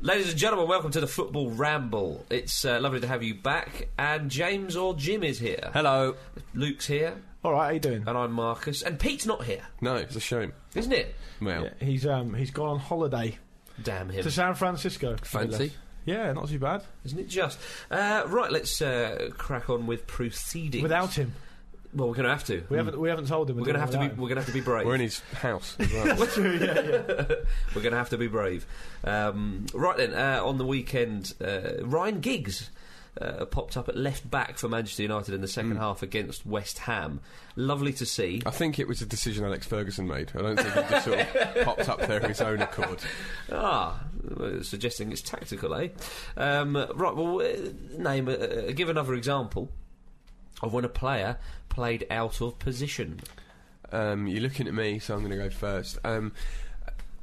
Ladies and gentlemen, welcome to the Football Ramble. It's uh, lovely to have you back. And James or Jim is here. Hello. Luke's here, All right, how you doing? and I'm Marcus. And Pete's not here, No, it's a shame. isn't it? Well, Yeah, he's um he's gone on holiday Damn him. to San Francisco. fancy. Yeah, not too bad. Isn't it just? Uh, right, let's uh, crack on with proceedings. Without him, Well, we're going to have to. Hmm. we haven't we haven't told him. We're going to have to be. We're going to have to be brave. We're in his house as well. We're going to have to be brave. Um, right then, uh, on the weekend, uh, Ryan Giggs uh, popped up at left back for Manchester United in the second Mm. half against West Ham. Lovely to see. I think it was a decision Alex Ferguson made. I don't think he just sort of popped up there of his own accord. Ah, uh, suggesting it's tactical, eh? Um, right, well, uh, name, uh, uh, give another example of when a player played out of position. Um, you're looking at me, so I'm going to go first. Um,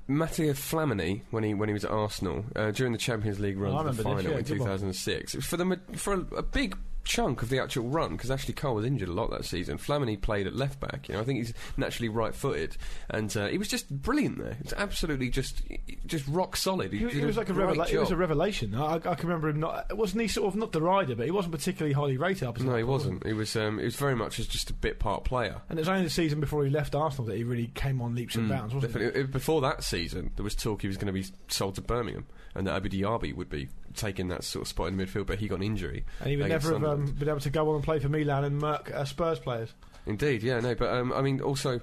Matteo Flamini, when he when he was at Arsenal uh, during the Champions League run Oh, I to the remember final this, yeah, in good one. 2006, it was for the ma- for a, a big chunk of the actual run because Ashley Cole was injured a lot that season. Flamini played at left back. You know, I think he's naturally right-footed, and uh, he was just brilliant there. It's absolutely just just rock solid. He, did he was like a great revela- it was a job. revelation. I, I can remember him not. Wasn't he sort of not derided, but he wasn't particularly highly rated. Up until no, he that point. wasn't. He was um, he was very much as just a bit part player. And it was only the season before he left Arsenal that he really came on leaps and bounds, wasn't Definitely. Uh, Before that season, there was talk he was going to be sold to Birmingham and that Abu Dhabi would be taking that sort of spot in midfield, but he got an injury. he? And he would against never have um, Sunderland. been able to go on and play for Milan and Merck uh, Spurs players. Indeed, yeah, no, but um, I mean, also,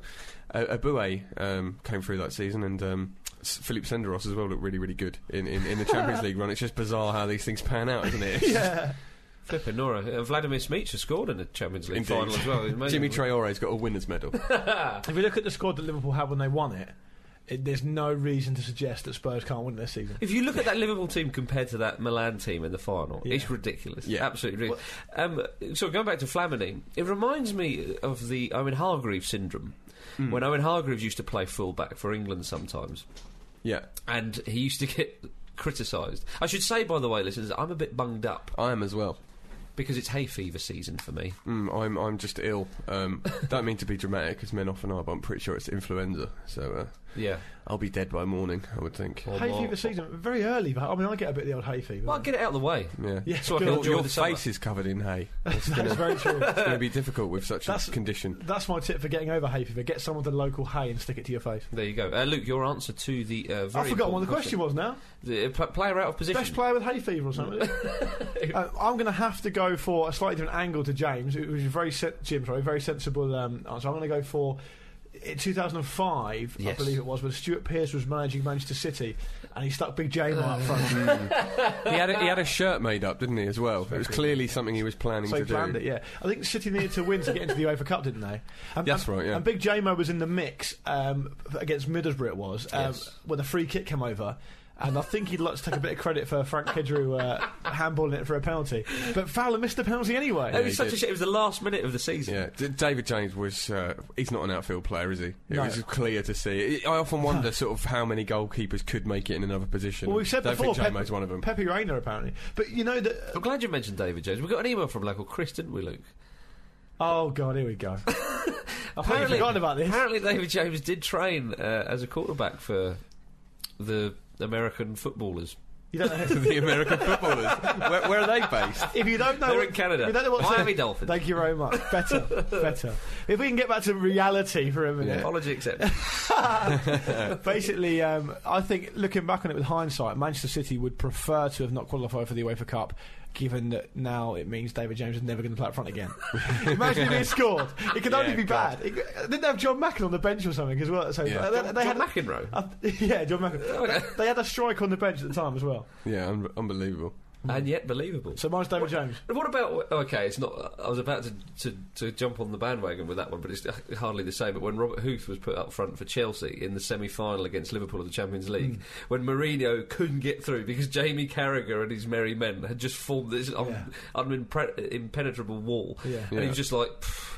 uh, Abue um, came through that season and. Um, S- Philippe Senderos as well looked really, really good in, in, in the Champions League run. It's just bizarre how these things pan out, isn't it? Yeah, Flipping Nora. Uh, Vladimir Smicha scored in the Champions League Indeed. final as well. Amazing. Jimmy Traore's got a winner's medal. if we look at the squad that Liverpool had when they won it, it there's no reason to suggest that Spurs can't win this season. If you look at that Liverpool team compared to that Milan team in the final, Yeah. it's ridiculous. Yeah. Absolutely ridiculous. Um, so going back to Flamini, it reminds me of the Owen Hargreaves syndrome. When Owen Hargreaves used to play fullback for England sometimes, yeah, and he used to get criticised. I should say, by the way, listeners, I'm a bit bunged up I am as well. because it's hay fever season for me. Mm, I'm I'm just ill. Um, don't mean to be dramatic, as men often are, but I'm pretty sure it's influenza. So uh, Yeah. I'll be dead by morning, I would think. Or Hay more- fever season, very early. But I mean, I get a bit of the old hay fever. Well, get it out of the way. Yeah. yeah, so I can good. Your, enjoy your the face summer. is covered in hay. It's going that's to very true. be difficult with such That's- a condition. That's my tip for getting over hay fever. Get someone to local hay and stick it to your face. There you go. Uh, Luke, your answer to the uh, very I forgot what the important question was now. The, uh, pl- player out of position. Best player with hay fever or something. Uh, I'm going to have to go for a slightly different angle to James, It was very sen- Jim, sorry, very sensible um, answer. I'm going to go for. In 2005, Yes. I believe it was, when Stuart Pearce was managing Manchester City, and he stuck Big J right up Mm. front. he, had a, he had a shirt made up, didn't he, as well? It was clearly something he was planning so he to planned do. it, yeah. I think City needed to win to get into the UEFA Cup, didn't they? And, That's and- right, yeah. And Big J Mo was in the mix um, against Middlesbrough, it was, um, Yes. when the free kick came over. And I think he'd like to take a bit of credit for Frank Kidru uh, handballing it for a penalty. But Fowler missed the penalty anyway. It he was such a did. shame. It was the last minute of the season. Yeah, D- David James was. Uh, he's not an outfield player, is he? It No. was clear to see. I I often wonder, sort of, how many goalkeepers could make it in another position. Well, we've said Don't before, think Pep- Jamo's one of them. Pepe Reina, apparently. But you know that. I'm glad you mentioned David Jones. We got an email from a local Chris, didn't we, Luke? Oh, God, here we go. I forgot about this. apparently David James did train uh, as a quarterback for the American footballers. You don't know. the American footballers. where, where are they based? If you don't know, They're what- in Canada. if You don't know what's Miami Dolphins. Thank you very much. Better, better. If we can get back to reality for a minute, Apology accepted. Basically, um, I think looking back on it with hindsight, Manchester City would prefer to have not qualified for the UEFA Cup, given that now it means David James is never going to play up front again. Imagine if he had scored. It could only Yeah, be God. bad. It, didn't they have John Macken on the bench or something as well. So uh, Yeah. they, they John had. McEnroe. uh, yeah, John Macken. Okay. They had a strike on the bench at the time as well. Yeah, un- unbelievable. and yet believable. So mine's David James. What about okay? It's not. I was about to, to, to jump on the bandwagon with that one, but it's hardly the same. But when Robert Huth was put up front for Chelsea in the semi-final against Liverpool of the Champions Hmm. League, when Mourinho couldn't get through because Jamie Carragher and his merry men had just formed this Yeah. un, unimpre- impenetrable wall, Yeah. and he Yeah. was just like. "Pff,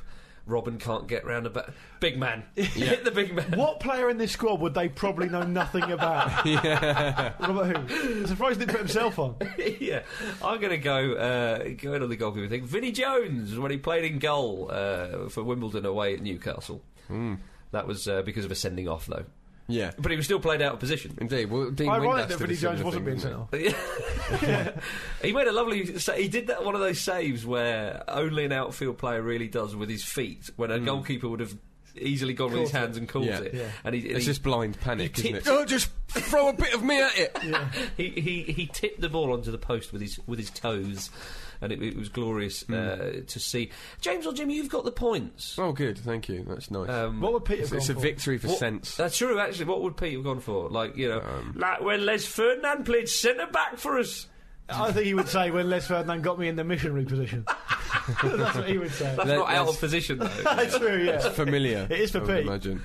Robin can't get round about big man. Hit the big man. What player in this squad would they probably know nothing about? Robert who? I'm surprised he didn't put himself on. yeah, I'm going to go uh, going on the goalkeeper thing. Vinnie Jones when he played in goal uh, for Wimbledon away at Newcastle. That was uh, because of a sending off, though. Hmm. Yeah, But he was still played out of position. indeed. Well, Dean Ironic Windass that did a Vinnie similar Jones wasn't thing, didn't being he? sent off. he made a lovely. sa- He did that one of those saves where only an outfield player really does with his feet when a goalkeeper would have easily gone with his Caught it. hands and caught Hmm. Yeah. it. Yeah. And he, and It's he, just blind panic, He isn't it? tipped- Oh, just throw a bit of me at it. Yeah. he, he he tipped the ball onto the post with his with his toes, and it, it was glorious Hmm. uh, to see. James or Jimmy, you've got the points. Oh, good. Thank you. That's nice. Um, What would Peter it's have it's a gone for? victory for What- sense. That's true, actually. What would Pete have gone for? Like, you know, Um, like when Les Ferdinand played centre back for us. I think he would say when Les Ferdinand got me in the missionary position. That's what he would say. That's Let- not out Les- of position, though. That's true, yeah. familiar. It is for I would Pete. Imagine.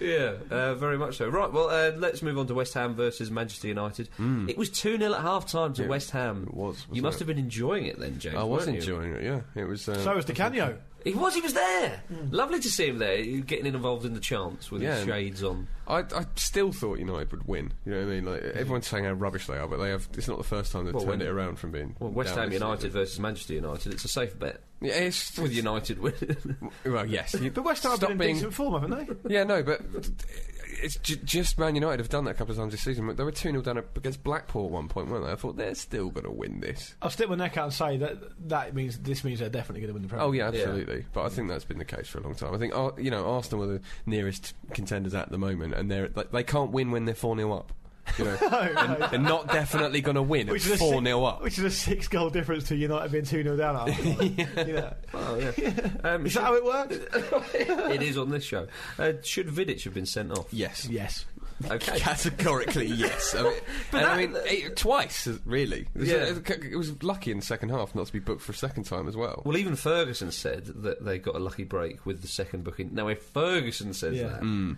yeah, uh, very much so. Right, well, uh, let's move on to West Ham versus Manchester United. It was 2 0 at half time to Hmm. Yeah, West Ham. it was, You wasn't must it? have been enjoying it then, James. I was weren't you? enjoying it. Yeah, it was. Uh, So was the Canio. He was, he was there. Lovely to see him there, getting involved in the chants with his Yeah. shades on. I, I still thought United would win. You know what I mean? Like everyone's saying how rubbish they are, but they have. It's not the first time they've Well, turned when- it around from being. Well, West down Ham this United season. versus Manchester United, it's a safe bet. Yeah, it's With United winning. Well, yes. You- But West Ham have stop been in being- decent form, haven't they? Yeah, no, but it's ju- just Man United have done that a couple of times this season. They were 2 0 down against Blackpool at one point, weren't they? I thought they're still going to win this. I'll stick my neck out and say that that means this means they're definitely going to win the Premier. Oh, League. yeah, absolutely. But I think that's been the case for a long time. I think, Ar- you know, Arsenal are the nearest contenders at the moment, and they're, they, they can't win when they're 4 0 up. You know, no, they're not definitely going to win at Which is a 4 0 si- up. which is a six-goal difference to United being two 0 down. At half-time. You know. oh, yeah. Um, Is that how it works? it is on this show. Uh, should Vidic have been sent off? Yes. yes. Okay. Categorically, yes. I mean, and I mean that- eight, twice, uh, really. It was, Yeah. it was lucky in the second half not to be booked for a second time as well. Well, even Ferguson said that they got a lucky break with the second booking. Now, if Ferguson says Yeah. that, Mm.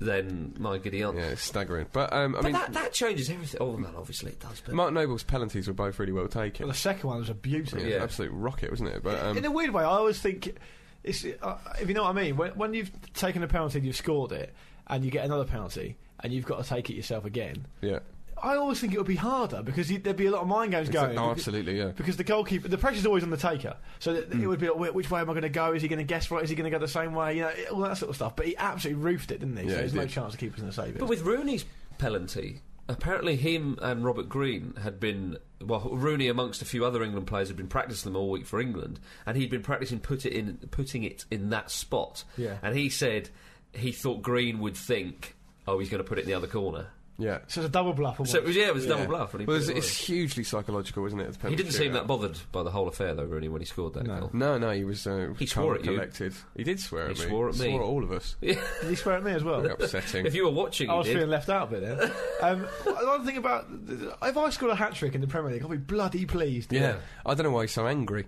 then my giddy aunt. Yeah, it's staggering. But um, I but mean, that, that changes everything. Oh, no, obviously it does. But Mark Noble's penalties were both really well taken. Well, the second one was a beauty. yeah, Yeah. absolute rocket, wasn't it? But In um, a weird way, I always think it's uh, if you know what I mean. When, when you've taken a penalty and you've scored it, and you get another penalty, and you've got to take it yourself again. yeah, I always think it would be harder because you, there'd be a lot of mind games It's going. like- no, Beca- absolutely, yeah. Because the goalkeeper, the pressure's always on the taker, so that Hmm. it would be like, "Wh- which way am I going to go? Is he going to guess right? Is he going to go the same way? You know, all that sort of stuff. But he absolutely roofed it, didn't he? Yeah, so he there's no did. chance the keeper's going to save it. But with Rooney's penalty, apparently him and Robert Green had been well, Rooney amongst a few other England players had been practicing them all week for England, and he'd been practicing put it in putting it in that spot. Yeah. And he said he thought Green would think, oh, he's going to put it in the other corner. yeah. so it's a double bluff. Almost. So it was yeah, it was a double Yeah. bluff. And he, Well, put it's, it it's away. hugely psychological, isn't it? the he didn't seem penalty that bothered by the whole affair though, Rooney, when he scored that No. goal. No, no, he was. Uh, He swore calm and at you. collected. He did swear He at me. swore at me. Swore at all of us. Did he swear at me as well? Very upsetting. If you were watching, I he was did. feeling left out a bit there. Um, another thing about if I scored a hat trick in the Premier League, I'll be bloody pleased. yeah. I don't know why he's so angry.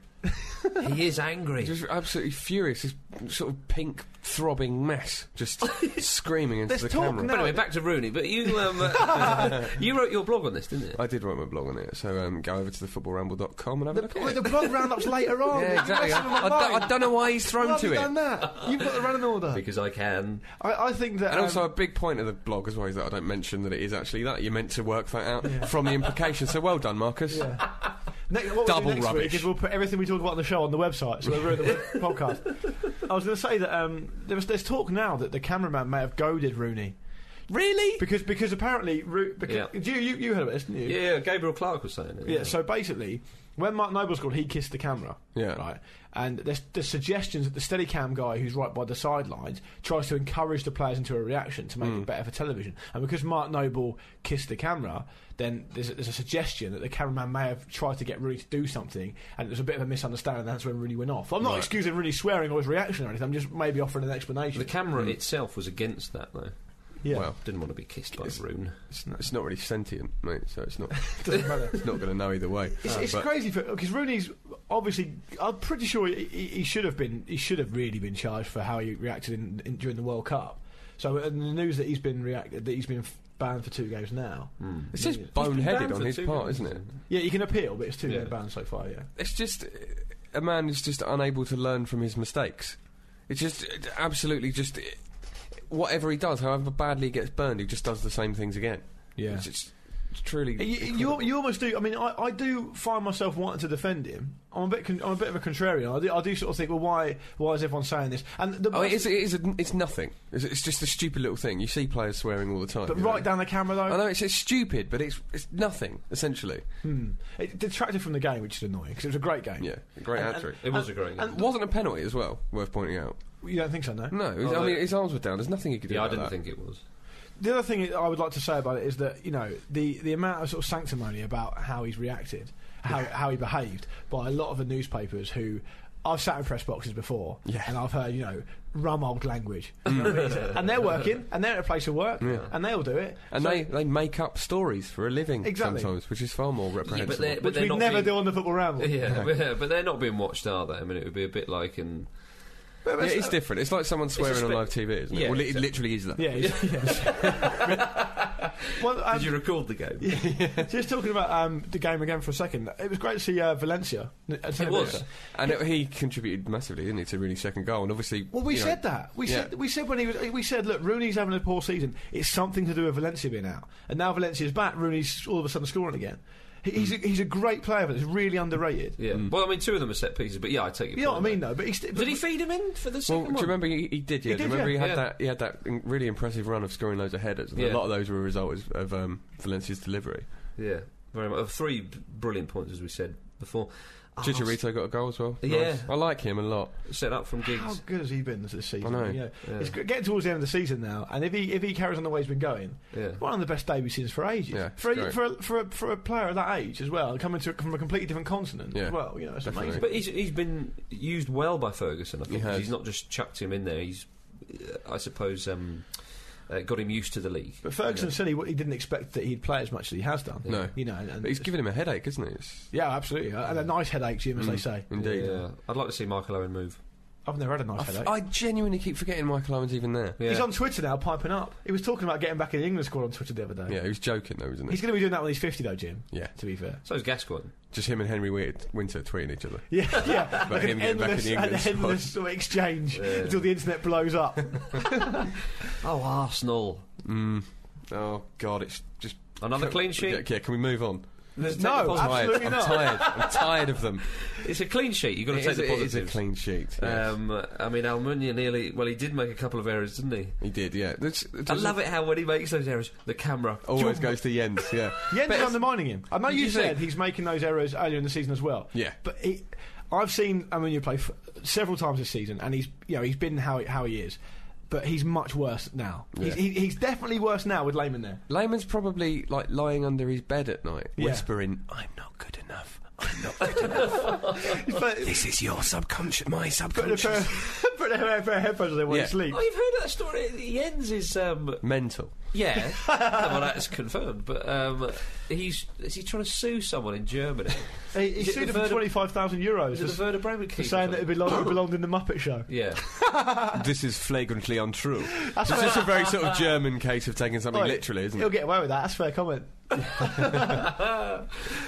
he is angry. He was absolutely furious. This sort of pink throbbing mess, just screaming into Let's the talk camera. now. But anyway, back to Rooney. But you, um, uh, you wrote your blog on this, didn't you? I did write my blog on it, so um, go over to thefootballramble.com and have a look Well, at the it. blog roundups later on. Yeah, exactly. Messing with I, my I don't, I mind. don't know why he's Why thrown have you to it. done that? You've got the running order. Because I can. I, I think that. And um, also, a big point of the blog as well is that I don't mention that it is actually that. You're meant to work that out from the implications. So well done, Marcus. Yeah. Ne- what we'll do Double next week rubbish. is we'll put everything we talk about on the show on the website, so we'll ruin the web- podcast. I was going to say that um, there was, there's talk now that the cameraman may have goaded Rooney Really? because because apparently Roo- because Yeah. you, you you heard about this, didn't you? Yeah, Gabriel Clark was saying it. Yeah, so basically, when Mark Noble scored, he kissed the camera. Yeah. Right. And there's, there's suggestions that the Steadicam guy who's right by the sidelines tries to encourage the players into a reaction to make Hmm. it better for television. And because Mark Noble kissed the camera, then there's a, there's a suggestion that the cameraman may have tried to get Rooney to do something, and it was a bit of a misunderstanding. That's when Rooney went off. I'm not Right. excusing Rooney swearing or his reaction or anything. I'm just maybe offering an explanation. The camera itself was against that, though. yeah, Well, Didn't want to be kissed by Rune. it's not, it's not really sentient, mate. So it's not. doesn't matter. It's not going to know either way. It's, Uh, it's but- crazy because Rooney's obviously. I'm pretty sure he, he he should have been. He should have really been charged for how he reacted in, in, during the World Cup. So and the news that he's been reacted that he's been f- banned for two games now. Hmm. It's just banned boneheaded on for his two part, games, isn't it? isn't Yeah, you can appeal, but it's two Yeah. game ban so far. Yeah, It's just uh, a man is just unable to learn from his mistakes. It's just uh, absolutely just uh, whatever he does, however badly he gets burned, he just does the same things again. yeah. It's just truly. You, you, you almost do. I mean, I, I do find myself wanting to defend him. I'm a bit. Con- I'm a bit of a contrarian. I do, I do sort of think, well, why? Why is everyone saying this? And the, Oh, it is, it is a, it's nothing. It's, it's just a stupid little thing. You see players swearing all the time. But you right know. down the camera though, I know it's, it's stupid, but it's it's nothing essentially. Hmm. it detracted from the game, which is annoying because it was a great game. Yeah, great And- hat trick. It was a great. and- It wasn't a penalty as well. Worth pointing out. You don't think so, no? No, his- I Although- mean his arms were down. There's nothing he could do. yeah, I didn't about that. think it was. The other thing I would like to say about it is that you know the the amount of sort of sanctimony about how he's reacted, how how he behaved by a lot of the newspapers who. I've sat in press boxes before, Yeah. and I've heard you know rum old language, You know what I mean? Mm. and they're working, and they're at a place of work, Yeah. and they'll do it. And So- they, they make up stories for a living Exactly. sometimes, which is far more but reprehensible. they're, but which they're we not never being, do on the football ramble. Yeah, but- yeah, but they're not being watched, are they? I mean, it would be a bit like in. But- but- yeah, it's different. It's like someone a swearing on spit- live TV, isn't it? Yeah, well, it exactly. literally is that. yeah, it's- yeah. well, um, Did you record the game? just talking about um, the game again for a second. It was great to see uh, Valencia. It was. And it, he contributed massively, didn't he, to Rooney's second goal? And obviously, Well, we you know, said that. We yeah. said we said when he was, we said, look, Rooney's having a poor season. It's something to do with Valencia being out, and now Valencia's back. Rooney's all of a sudden scoring again. He, he's a, he's a great player, but it's really underrated. Yeah. Hmm. Well, I mean, two of them are set pieces, but yeah, I take your You know what I point mean, there. though. But he's, Did he feed him in for the second Well, do you one? remember he, he did? Yeah, He do you did, remember he yeah. had Yeah. that? He had that in- really impressive run of scoring loads of headers, and Yeah. a lot of those were a result of, of um, Valencia's delivery. Yeah, very much. Uh, Three b- brilliant points, as we said before. Oh, Chicharito got a goal as well. Yeah. Nice. I like him a lot. Ah, set up from How gigs. good has he been this season? I know. You Yeah. It's g- getting towards the end of the season now, and if he if he carries on the way he's been going, Yeah. one of the best debuts scenes for ages. Yeah, for, a, great. for, a, for, a, for a player of that age as well, coming to from a completely different continent Yeah, as well. You know, it's definitely. amazing. But he's he's been used well by Ferguson. I He think 'cause has. he's not just chucked him in there. He's, uh, I suppose, um, uh, got him used to the league. But Ferguson said he, w- he didn't expect that he'd play as much as he has done. No, You know, and, and but he's given him a headache, isn't he? It's- yeah, absolutely, and a nice headache, Jim, as they Mm. say. Indeed. Yeah. I'd like to see Michael Owen move. I've never had a nice I, headache. f- I genuinely keep forgetting Michael Owen's even there. Yeah. He's on Twitter now, piping up. He was talking about getting back in the England squad on Twitter the other day. Yeah, he was joking though, wasn't he? He's going to be doing that when he's 50, though, Jim, Yeah, to be fair. So is Gascoigne. just him and Henry Win- Winter tweeting each other. Yeah, yeah. like him getting an back in endless, the England an squad. endless sort of exchange Yeah. until the internet blows up. Oh, Arsenal. Mm. Oh God, it's just Another Can- clean Yeah, sheet. yeah, can we move on? Let's take No, the I- positive. Tired. Absolutely I'm tired. not. I'm tired of them. it's a clean sheet. You've got to It take is- the it is positives. a clean sheet. yes. Um, I mean, Almunia nearly. Well, he did make a couple of errors, didn't he? he did, yeah. That's- that's- I love it how when he makes those errors, the camera. Always goes to Jens, yeah. Jens But is it's- undermining him. I know Did you you said think- he's making those errors earlier in the season as well. Yeah. but he, I've seen I mean you play f- several times this season, and he's you know he's been how he, how he is, but he's much worse now. He's, Yeah. he, he's definitely worse now with Lehman there. Layman's probably like lying under his bed at night, Yeah. whispering, "I'm not good enough. I'm not good enough. But this is your subconscious, my put a pair, subconscious." put a pair, pair of headphones on there while Yeah. he sleeps. I've Oh, heard that story. The ends is um, Mental. yeah. well, that's confirmed. But um, he's is he trying to sue someone in Germany? He, he Is it sued the him for vertebra- twenty five thousand Is it the euros Werder Bremen for keeper? saying that it belonged, it belonged in the Muppet Show. yeah, this is flagrantly untrue. It's just a very sort of German case of taking something Right. literally, isn't He'll it? get away with that. That's fair comment.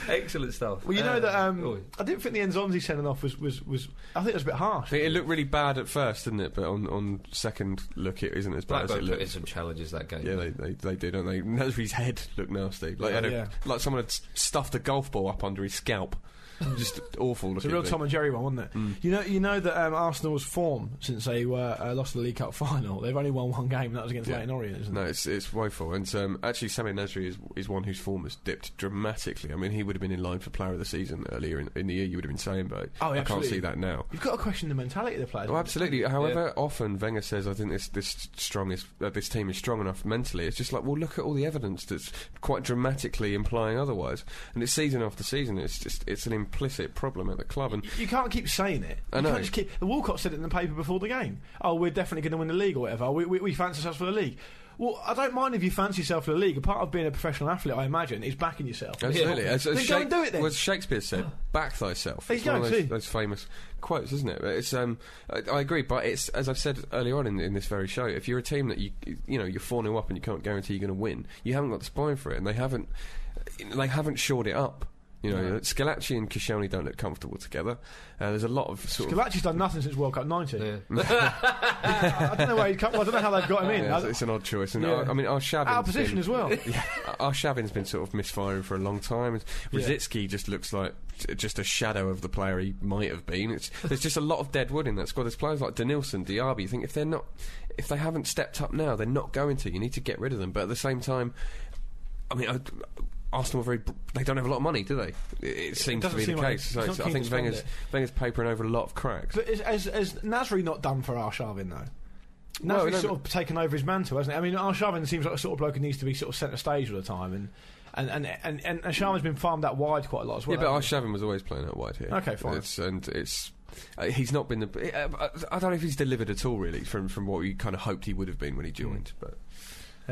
excellent stuff. Well, you know Uh, that um, oh, I didn't think the Enzonzi sending off was, was, was I think it was a bit harsh. It looked really bad at first, didn't it? But on, on second look, it isn't as bad as it Blackburn put in looks. some challenges that game. Yeah, they, they, they do, don't they? Nursery's head looked nasty. Like, had a- Yeah. like someone had s- stuffed a golf ball up under his scalp. Just awful It's a looking. real thing. Tom and Jerry one, wasn't it? Mm. You know, you know that um, Arsenal's form since they were uh, lost the League Cup final. They've only won one game, and that was against Yeah. Leighton Orient, isn't No, it? it's it's woeful. And um, actually, Sammy Nasri is is one whose form has dipped dramatically. I mean, he would have been in line for Player of the Season earlier in, in the year. You would have been saying, but Oh, I can't absolutely. see that now. You've got to question the mentality of the players. Oh, absolutely. However, often Wenger says, "I think this this strongest uh, this team is strong enough mentally." It's just like, well, look at all the evidence that's quite dramatically implying otherwise, and it's season after season. It's just it's an implicit problem at the club, and You can't keep saying it. I You know. can't just keep. Walcott said it in the paper before the game. Oh, we're definitely going to win the league or whatever. We, we, we fancy ourselves for the league. Well, I don't mind if you fancy yourself for the league. A part of being a professional athlete, I imagine, is backing yourself. Absolutely. Yeah. As, as Then go and do it then. well, as Shakespeare said, back thyself. There It's you one go, of those, see. those famous quotes, isn't it? But It's, um, I, I agree, but it's, as I've said earlier on in, in this very show, if you're a team that you, you know, you're 4 0 up and you can't guarantee you're going to win, you haven't got the spine for it, and they haven't, they haven't shored it up. You know, No. Scalacci and Koscielny don't look comfortable together. Uh, there's a lot of sort of. Scalacci's done nothing since World Cup '90. Yeah. I don't know where he'd come. Well, I don't know how they've got him in. Yeah, I- it's, it's an odd choice, and Yeah. I, I mean, our Shavin's out of position been, as well. our Shavin's been sort of misfiring for a long time. Yeah. Rositsky just looks like j- just a shadow of the player he might have been. It's, there's just a lot of dead wood in that squad. There's players like Danilson, Diaby. You think if they're not, if they haven't stepped up now, they're not going to. You need to get rid of them. But at the same time, I mean. I, Arsenal are very. br- They don't have a lot of money, do they? It, it seems to doesn't be the seem like case. it's- So it's it's- not I keen think to spend Wenger's, it. Wenger's papering over a lot of cracks. But is, is, is Nasri not done for Arshavin though? No, Nasri's no, sort of taken over his mantle, hasn't he? I mean, Arshavin seems like the sort of bloke who needs to be sort of centre stage all the time, and and and and, and Arshavin's been farmed out wide quite a lot as well. yeah, but hasn't Arshavin was always playing out wide here. Okay, fine. It's, and it's uh, he's not been the. Uh, I don't know if he's delivered at all, really, from from what you kind of hoped he would have been when he joined. But he? Hmm.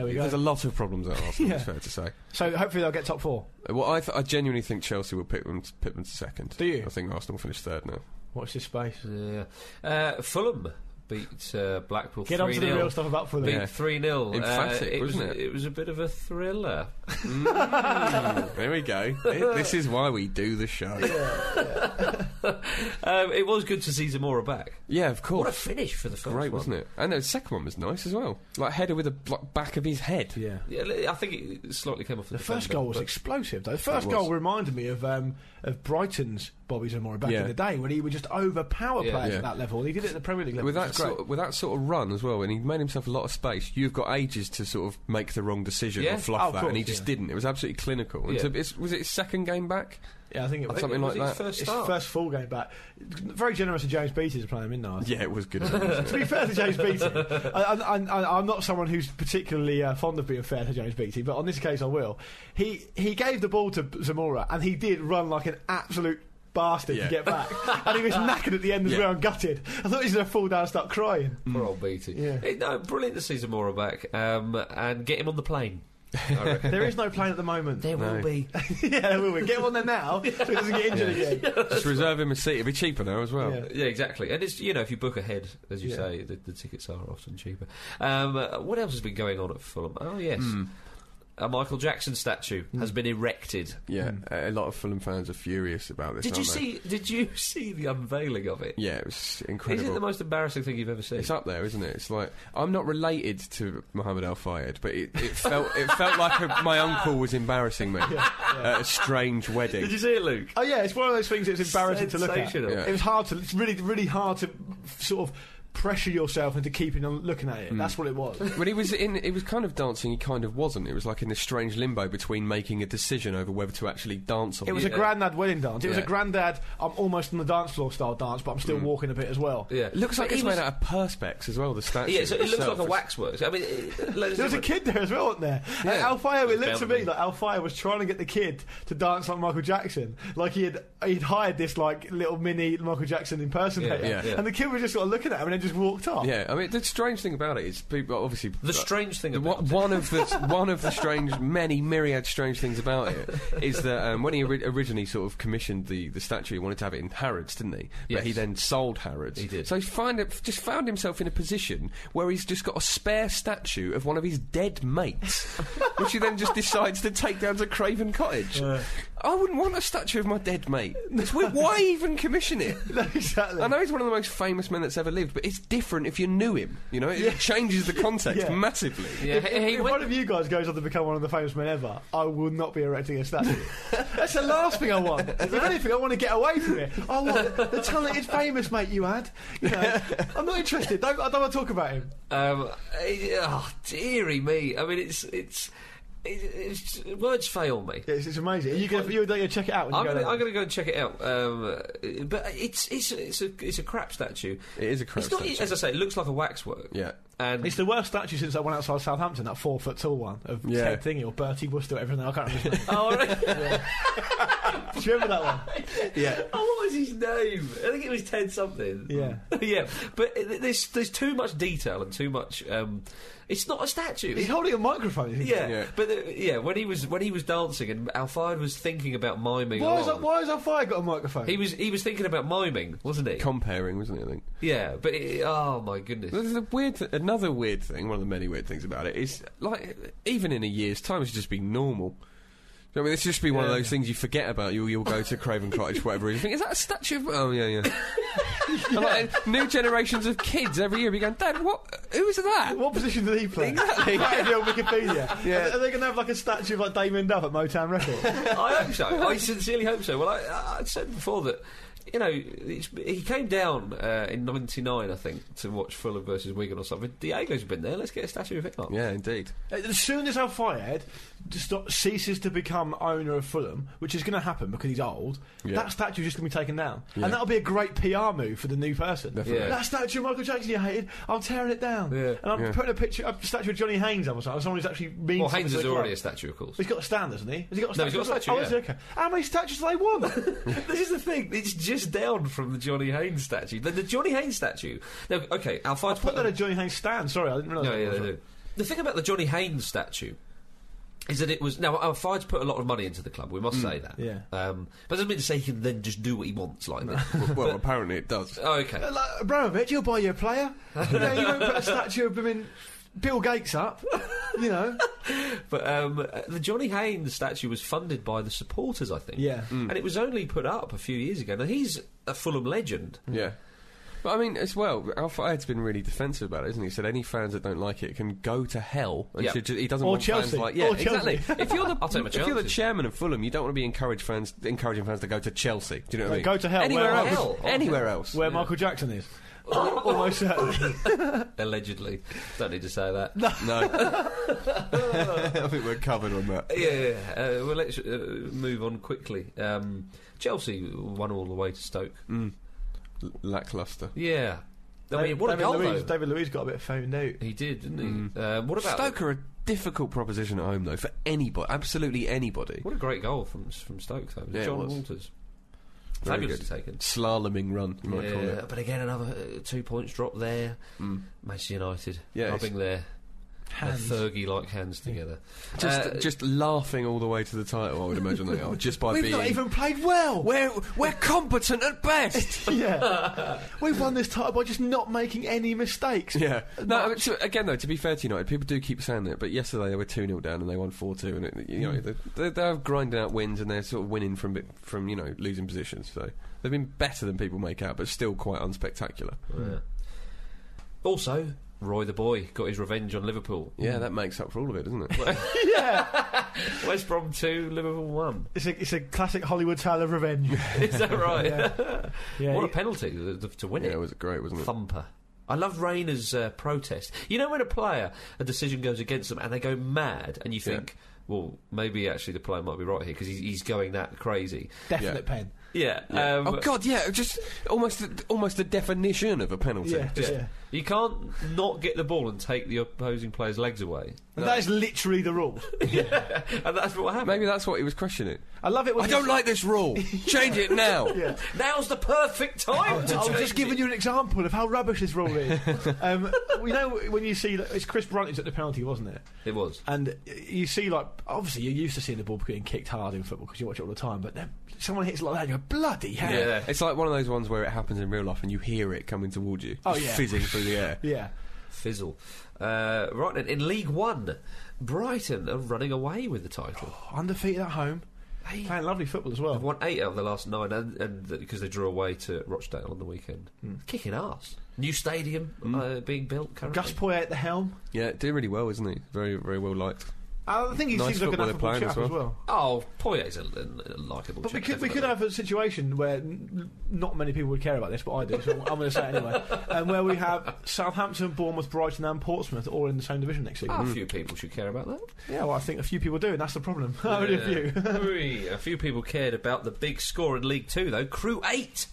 there we there's a go. lot of problems at Arsenal. Yeah. It's fair to say. So hopefully they'll get top four. Uh, Well, I, th- I genuinely think Chelsea will pick them pick them to second. Do you? I think Arsenal will finish third now. Watch this space. Yeah. Uh, Fulham beat uh, Blackpool Get on 3 to the 0. real stuff about Fulham. Beat Yeah. 3 0. Emphatic, it wasn't was, it? It was a bit of a thriller. there we go. Thi- this is why we do the show. Um, it was good to see Zamora back. yeah, of What a course. finish for the first Great, one. wasn't it? And the second one was nice as well. Like header with the like, back of his head. Yeah. Yeah, li- I think it slightly came off the, The first defender, goal was but- explosive, though. The first It was. goal reminded me of um, of Brighton's Bobby Zamora back Yeah. in the day when he would just overpower Yeah. players Yeah. at that level, and he did it at the Premier League level. With which that, is great. sort of, with that sort of run as well, and he made himself a lot of space, you've got ages to sort of make the wrong decision Yeah. or fluff Oh, of that, and course, he just yeah. didn't. It was absolutely clinical. And Yeah. so it's- was it his second game back? yeah, I think it was. something Was like it his that. First It's start? first full game back. Very generous of James Beattie to play him in there. I think. Yeah, it was good. of him, wasn't to be fair to James Beattie, I, I, I, I'm not someone who's particularly uh, fond of being fair to James Beattie, but on this case I will. He he gave the ball to Zamora, and he did run like an absolute bastard Yeah. to get back, and he was knackered at the end as Yeah. well and gutted. I thought he was going to fall down and start crying. Poor old BT. Yeah. Eh, no, brilliant to see Zamora back um, and get him on the plane. I reckon. There is no plane at the moment. there will No. be. yeah, we will get one there now so he doesn't get injured Yeah. again. it? just reserve him a seat. It'd be cheaper now as well. Yeah. Yeah, exactly. And it's, you know, if you book ahead, as you Yeah. say, the, the tickets are often cheaper. Um, uh, what else has been going on at Fulham? Oh, yes. Hmm. A Michael Jackson statue has been erected. Yeah, a a lot of Fulham fans are furious about this. Did you aren't see? they? Did you see the unveiling of it? Yeah, it was Is incredible. it the most embarrassing thing you've ever seen? It's up there, isn't it? It's like I'm not related to Muhammad Al Fayed, but it, it felt it felt like a, my uncle was embarrassing me at a strange wedding. Did you see it, Luke? Oh yeah, it's one of those things that's embarrassing to look at. Sensational. Yeah. It was hard to. It's really, really hard to sort of pressure yourself into keeping on looking at it. Mm. That's what it was. When he was in, it was kind of dancing. He kind of wasn't. It was like in this strange limbo between making a decision over whether to actually dance or. It was a Yeah. granddad wedding dance. It was a Yeah. Mm. granddad. I'm almost on the dance floor style dance, but I'm still walking a bit as well. Yeah. It looks like But it's he was- made out of perspex as well. The statue. Yeah, so it looks itself. like a waxwork. I mean, it, ladies There and was a gentlemen, kid there as well, wasn't there? And Yeah. Alfio, it It's looked to bound me to be. like Alfio was trying to get the kid to dance like Michael Jackson. Like he had he'd hired this like little mini Michael Jackson impersonator, Yeah, yeah, yeah. and the kid was just sort of looking at him and then just walked off. Yeah, I mean the strange thing about it is people obviously the strange thing The about one- one of the one of the strange many myriad strange things about it is that um, when he ori- originally sort of commissioned the, the statue, he wanted to have it in Harrods, didn't he? Yes. But he then sold Harrods. He did. So he's find it, just found himself in a position where he's just got a spare statue of one of his dead mates, which he then just decides to take down to Craven Cottage. I wouldn't want a statue of my dead mate. It's weird. Why even commission it? No, exactly. I know he's one of the most famous men that's ever lived, but it's different if you knew him. You know, it changes the context Yeah. massively. Yeah, he, he if went one of you guys goes on to become one of the famous men ever, I will not be erecting a statue. That's the last thing I want. If anything, I want to get away from it. I want the talented, famous mate you had. You know, I'm not interested. Don't, I don't want to talk about him. Um, eh, oh, dearie me. I mean, it's it's, it's, it's words fail me. It's, it's amazing. Are you going you to check it out when you I'm go gonna, there? I'm gonna go and check it out. Um, eh, but it's it's it's a it's a crap statue. It is a crap It's not statue. as I say. It looks like a waxwork. Yeah. And It's the worst statue since that one outside Southampton, that four foot tall one of Yeah. Ted Thingy or Bertie Wooster, whatever. I can't remember. his name. oh, right. Do you remember that one? Yeah. oh, what was his name? I think it was Ted something. Yeah. yeah. But eh, there's there's too much detail and too much. Um, it's not a statue. He's holding a microphone. isn't he? yeah, Yeah. but uh, yeah, when he was when he was dancing and Alfred was thinking about miming. Why has along, why has our fire got a microphone? He was he was thinking about miming, wasn't he? Comparing, wasn't it? I think. yeah, but it, oh my goodness. There's a weird, th- another weird thing. One of the many weird things about it is, like, even in a year's time, it should just be normal. I mean, this just be one of Yeah. those things you forget about. You'll, you'll go to Craven Cottage, whatever. And you think, is that a statue? Of... Oh yeah, yeah. And, like, new generations of kids every year be going, Dad, what? Who is that? What position do he play? Exactly. Right here on Wikipedia. Yeah. Are they going to have like a statue of like Damon Duff at Motown Records? I hope so. I sincerely hope so. Well, I- I, I said before that. You know, it's, he came down uh, in '99, I think, to watch Fulham versus Wigan or something. Diego's been there. Let's get a statue of him up. Yeah, indeed. as soon as I'm fired, st- ceases to become owner of Fulham, which is going to happen because he's old, Yeah. that statue's just going to be taken down. Yeah. And that'll be a great PR move for the new person. Definitely. Yeah. That statue of Michael Jackson you hated, I'm tearing it down. Yeah. And I'm Yeah. putting a picture, a statue of Johnny Haynes up or something, someone who's actually mean Well, something Haynes to is the club. already a statue, of course. He's got a stand, hasn't he? Has he got a No, statue? he's got a statue, Oh, is yeah. he? okay. How many statues do they want? this is the thing. It's just down from the Johnny Haynes statue. The, the Johnny Haynes statue. Now, okay, Alphine's Put that a Johnny Haynes stand. Sorry, I didn't realise. No, that yeah, they was do. The thing about the Johnny Haynes statue is that it was now our Fides put a lot of money into the club. We must say that. Mm. Yeah. Um, but it doesn't mean to say he can then just do what he wants like that. Well, well, apparently it does. oh, okay. Uh, Like Abramovich, he'll buy you a player. you know, you won't put a statue of him in Bill Gates up. You know. But um, uh, the Johnny Haynes statue was funded by the supporters, I think. Yeah. And it was only put up a few years ago. Now he's a Fulham legend. Yeah. But I mean, as well, Al Fayed's been really defensive about it, isn't he? He said any fans that don't like it can go to hell. And Yeah. should ju- he doesn't Or want Chelsea. fans like yeah, Or exactly. Chelsea. If you're the I'll take my if you're the chances. chairman of Fulham, you don't want to be encourage fans encouraging fans to go to Chelsea. Do you know what I mean? Go to hell. anywhere where else. else? Hell. Anywhere else. Where Michael Jackson is. Almost certainly. Allegedly, don't need to say that. No. I think we're covered on that. Yeah, yeah, yeah. Uh, well, let's uh, move on quickly. Um, Chelsea won all the way to Stoke. L- lackluster. Yeah, I mean, what a David goal! Luiz, though. David Luiz got a bit phoned out. He did, didn't he? Uh, what about Mm. Stoke are a difficult proposition at home, though, for anybody, absolutely anybody. What a great goal from from Stoke though, Yeah, it John was. Walters. Very Fabulously taken. Slaloming run, you might call Yeah, it. but again, another uh, two points drop there. Mm. Manchester United Yeah, it's- rubbing their, their Fergie like hands together. Just, Uh, just laughing all the way to the title. I would imagine they are just by We've being. not even played well. we're we're competent at best. yeah. We've won this title by just not making any mistakes. yeah. No. I mean, to- again, though, to be fair to United, people do keep saying that. But yesterday they were two 0 down and they won four two, and it, you know they- they, they're grinding out wins and they're sort of winning from bit- from you know losing positions. So they've been better than people make out, but still quite unspectacular. Yeah. Also, Roy the boy got his revenge on Liverpool. Hmm. Yeah, that makes up for all of it, doesn't it? yeah. West Brom two, Liverpool one. It's a, it's a classic Hollywood tale of revenge. Is that right? Yeah. what a penalty th- th- to win yeah, it. it was great, wasn't it? Thumper. I love Rayner's uh, protest. You know when a player, a decision goes against them and they go mad, and you Yeah. think, well, maybe actually the player might be right here because he's, he's going that crazy. Definite pen. Yeah. Yeah. Um, oh God, yeah, just almost the, almost the definition of a penalty. Yeah. just- yeah. You can't not get the ball and take the opposing player's legs away. And that is literally the rule. And that's what happened. Maybe that's what he was questioning. I love it when I you- don't like this rule. Change it now. Yeah. Now's the perfect time to Oh, I was change just giving it. you an example of how rubbish this rule is. um, you know, when you see that it's Chris Brunt who took the penalty, wasn't it? It was. And you see, like, obviously you're used to seeing the ball getting kicked hard in football because you watch it all the time. But then someone hits it like that, and you go, bloody hell! Yeah. It's like one of those ones where it happens in real life and you hear it coming towards you. Oh, Just yeah. Fizzing through the air. Yeah. Fizzle. Uh, right then, in League One, Brighton are running away with the title. Undefeated at home, Hey. playing lovely football as They've well. won eight out of the last nine, and and th- because they drew away to Rochdale on the weekend, Hmm. kicking ass. New stadium uh, being built currently. Gus Poyet at the helm. Uh, Yeah, doing really well, isn't he? Very, very well liked. I think he Nice seems like football an they're affable playing chap as well. as well. oh, Poyet's a, a, a likable. But we chap, could, we could definitely. have a situation where n- not many people would care about this, but I do, so I'm, I'm going to say it anyway. And where we have Southampton, Bournemouth, Brighton, and Portsmouth all in the same division next season. Ah, A few people should care about that. Yeah, well, I think a few people do, and that's the problem. Only a few. few. a few people cared about the big score in League Two, though. Crew eight,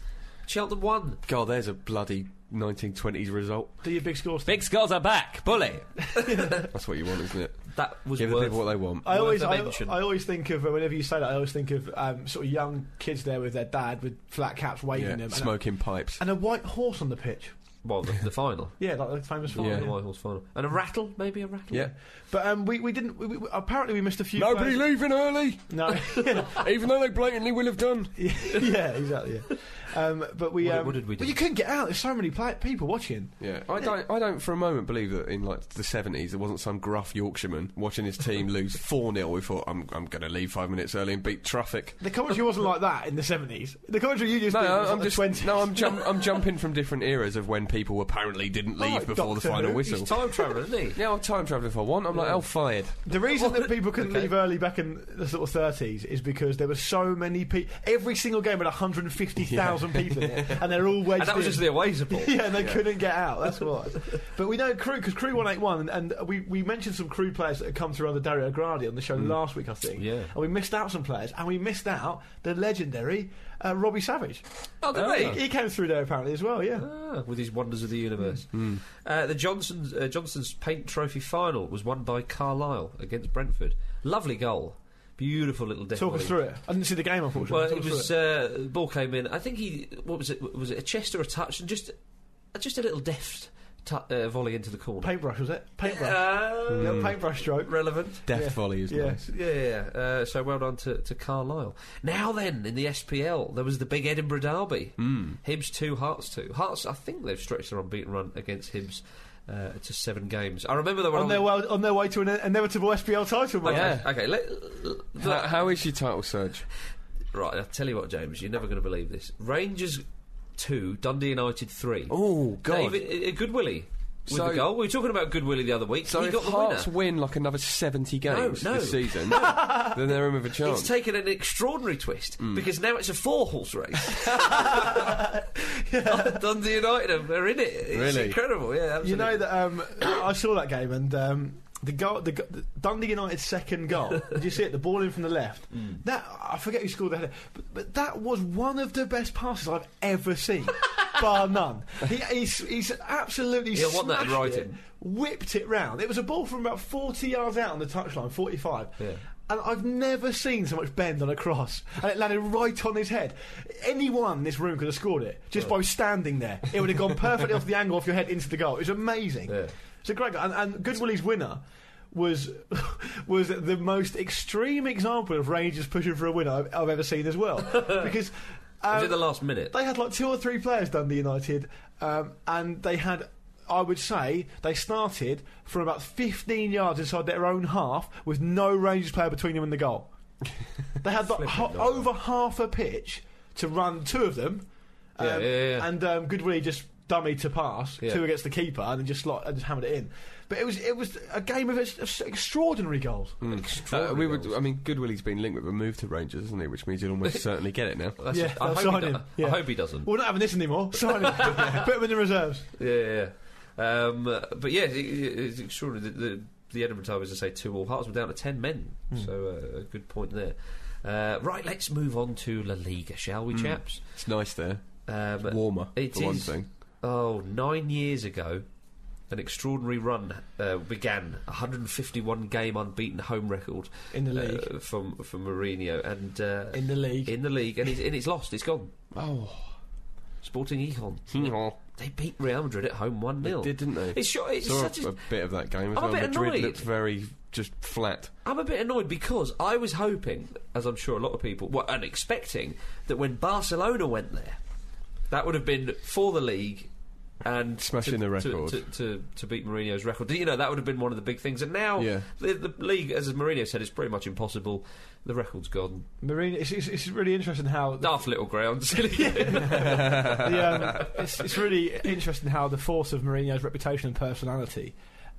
Cheltenham one. God, there's a bloody 1920s result. Do your big scores. scores are back. Bully. That's what you want, isn't it? That was Give the worth. people what they want. I worth always, a I, mention. I always think of uh, whenever you say that, I always think of um, sort of young kids there with their dad with flat caps waving Yeah, them, and a- smoking pipes. and a, white horse on the pitch. well, the, the final. Yeah, like the famous one. Yeah. The Whitehorse final. And a rattle, maybe a rattle. Yeah. But um, we, we didn't. We, we, apparently, we missed a few. Nobody players. leaving early, No. even though they blatantly will have done. yeah, exactly. Yeah. Um, but we, What- um, what did we But do? you couldn't get out. There's so many pla people watching. Yeah, I don't. I don't for a moment believe that in like the seventies there wasn't some gruff Yorkshireman watching his team lose four 0 Who thought, "I'm I'm going to leave five minutes early and beat traffic." The commentary wasn't like that in the 70s. The commentary you just No, did was I'm like just the 20s. no. I'm jump, I'm jumping from different eras of when people apparently didn't leave Alright, before Doctor the final Who. He's whistle. time traveling, isn't he? yeah, I'll time travel if I want. I'm like, Yeah. "Oh, fired." The reason that people couldn't Okay. leave early back in the sort of 30s is because there were so many people. Every single game had 150,000 people in it, and they're all wedged And that was in. just the away support. yeah, and they couldn't get out. That's what. but we know crew because crew one eight one, and and we, we mentioned some crew players that had come through under Dario Gradi on the show last week, I think. Mm. Yeah. and we missed out some players, and we missed out the legendary uh, Robbie Savage. Oh, did He, they? he came through there apparently as well. Yeah, Ah, with his wonders of the universe. Hmm. Uh, the Johnson's, uh, Johnson's Paint Trophy final was won by Carlisle against Brentford. Lovely goal. Beautiful little death talk us volley. through it. I didn't see the game unfortunately. Well, Talk it us through was uh, the ball came in. I think he what was it? Was it a chest or a touch? And just just a little deft tu- uh, volley into the corner. paintbrush, was it? Paintbrush, Uh, Little paintbrush stroke. Relevant. Death Yeah. volley is Yeah. nice. Yeah, yeah. yeah. Uh, so well done to, to Carlisle. Now then, in the SPL, there was the big Edinburgh derby. Mm. Hibs two, Hearts two. Hearts, I think they've stretched their unbeaten run against Hibs uh, to seven games. I remember they were on their way on their way to an inevitable SPL title. Okay, Mark. Yeah. okay. Let, How, how is your title search? right, I'll tell you what, James. You're never going to believe this. Rangers two, Dundee United three. Oh God! David, uh, Good Willie with So- the goal. We were talking about Good Willie the other week. so he if got the Hearts winner. win like another seventy games no. this season, then they're in with a It's Oh. chance. taken an extraordinary twist Mm. because now it's a four-horse race. Dundee United are in it. It's Really? incredible. Yeah, absolutely. You know that um, I saw that game and um, the goal, the, go- the Dundee United's second goal. did you see it? The ball in from the left. That I forget who scored that, but, but that was one of the best passes I've ever seen, bar none. He, he's, he's absolutely He'll want that in smashed writing. It, whipped it round. It was a ball from about forty yards out on the touchline, forty-five. Yeah. And I've never seen so much bend on a cross, and it landed right on his head. Anyone in this room could have scored it just by standing there. It would have gone perfectly off the angle off your head into the goal. It was amazing. Yeah. It's a great goal. And, and Good Willie's winner was was the most extreme example of Rangers pushing for a winner I've, I've ever seen as well, because. was it the Um, last minute? they had like two or three players Dundee United, um, and they had, I would say, they started from about 15 yards inside their own half with no Rangers player between them and the goal. They had like, ho- over half a pitch to run two of them, um, Yeah, yeah, yeah. and um, Goodwillie just dummy to pass Yeah. two against the keeper, and then just like and just hammered it in. But it was it was a game of ex- ex- extraordinary goals. Hmm. Uh, we Extraordinary would. goals. I mean, Goodwillie's been linked with a move to Rangers, isn't he? Which means he'll almost certainly get it now. That's Yeah, it. I, they'll hope he sign do- him. I Yeah. hope he doesn't. We're not having this anymore. Sorry, put them in the reserves. Yeah, yeah, yeah. Um, uh, but yeah, it, it- it's extraordinary. The, the, the Edinburgh Times, as I say, two all hearts were down to ten men. Hmm. So uh, a good point there. Uh, right, let's move on to La Liga, shall Hmm. we, chaps? It's nice there. Um, Warmer it for one is- thing. Oh, nine years ago, an extraordinary run uh, began. 151 game unbeaten home record In the uh, league, from from Mourinho, and uh, in the league. in the league, and it's, and it's lost. It's gone. Oh, Sporting Econ. they They beat Real Madrid at home one 0 did, didn't Hmm. they? It's sure. It's Saw such a, a, a bit of that game as I'm a well. bit Madrid annoyed. looked very just flat. I'm a bit annoyed because I was hoping, as I'm sure a lot of people were and expecting, that when Barcelona went there, that would have been for the league and Smashing to, the to- record. to, to, to beat Mourinho's record. You know that would have been one of the big things. And now Yeah. the, the league, as Mourinho said, it's pretty much impossible. The record's gone. Marina, it's, it's, it's really interesting how the, Daft little ground, silly. the, um, it's, it's really interesting how the force of Mourinho's reputation and personality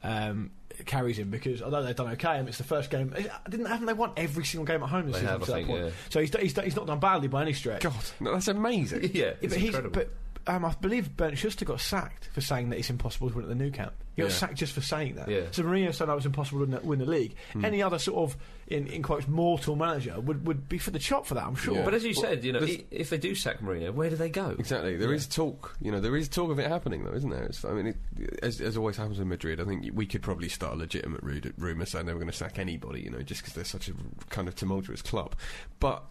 um, carries him because although they've done okay, and it's the first game. I Didn't haven't they won every single game at home this They season have, to that I think, point? yeah. So he's, do- he's, do- he's not done badly by any stretch. God, no, that's amazing. yeah, Yeah, it's but he's, incredible. but um, I believe Bernd Schuster got sacked for saying that it's impossible to win at the new camp. He got Yeah. sacked just for saying that. Yeah. Hmm. So Mourinho said that was impossible to win the, win the league. Any other sort of in, in quotes mortal manager would, would be for the chop for that. I'm sure. Yeah. But as you said, you know, there's- i- if they do sack Mourinho, where do they go? Exactly. There is talk, you know, there is talk of it happening, though, isn't there? It's, I mean, it, as, as always happens in Madrid, I think we could probably start a legitimate ru- rumour saying they were going to sack anybody, you know, just because they're such a kind of tumultuous club. But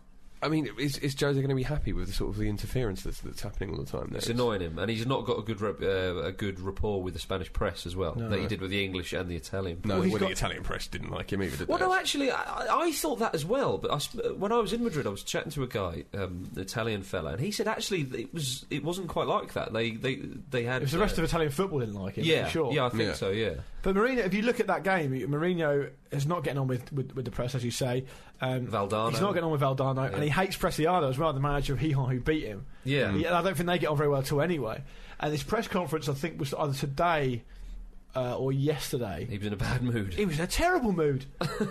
I mean, is, is Jose going to be happy with the sort of the interference that's, that's happening all the time? There? It's annoying him, and he's not got a good rep, uh, a good rapport with the Spanish press as well No. that he did with the English and the Italian. No, Well, he's well, got- the Italian press didn't like him either. Did Well, they? no, actually, I, I- I thought that as well. But I sp- uh, when I was in Madrid, I was chatting to a guy, um, an Italian fella, and he said actually th- it was it wasn't quite like that. They they they had If the uh, rest of Italian football didn't like it, yeah for sure. yeah I think Yeah. so yeah But Mourinho, if you look at that game, Mourinho is not getting on with, with, with the press, as you say. Um, Valdano He's not getting on with Valdano, Yeah. and he hates Preciado as well, the manager of Gijon who beat him. yeah. Mm. Yeah, I don't think they get on very well too anyway. And this press conference, I think, was either today uh, or yesterday. He was in a bad mood. He was in a terrible mood.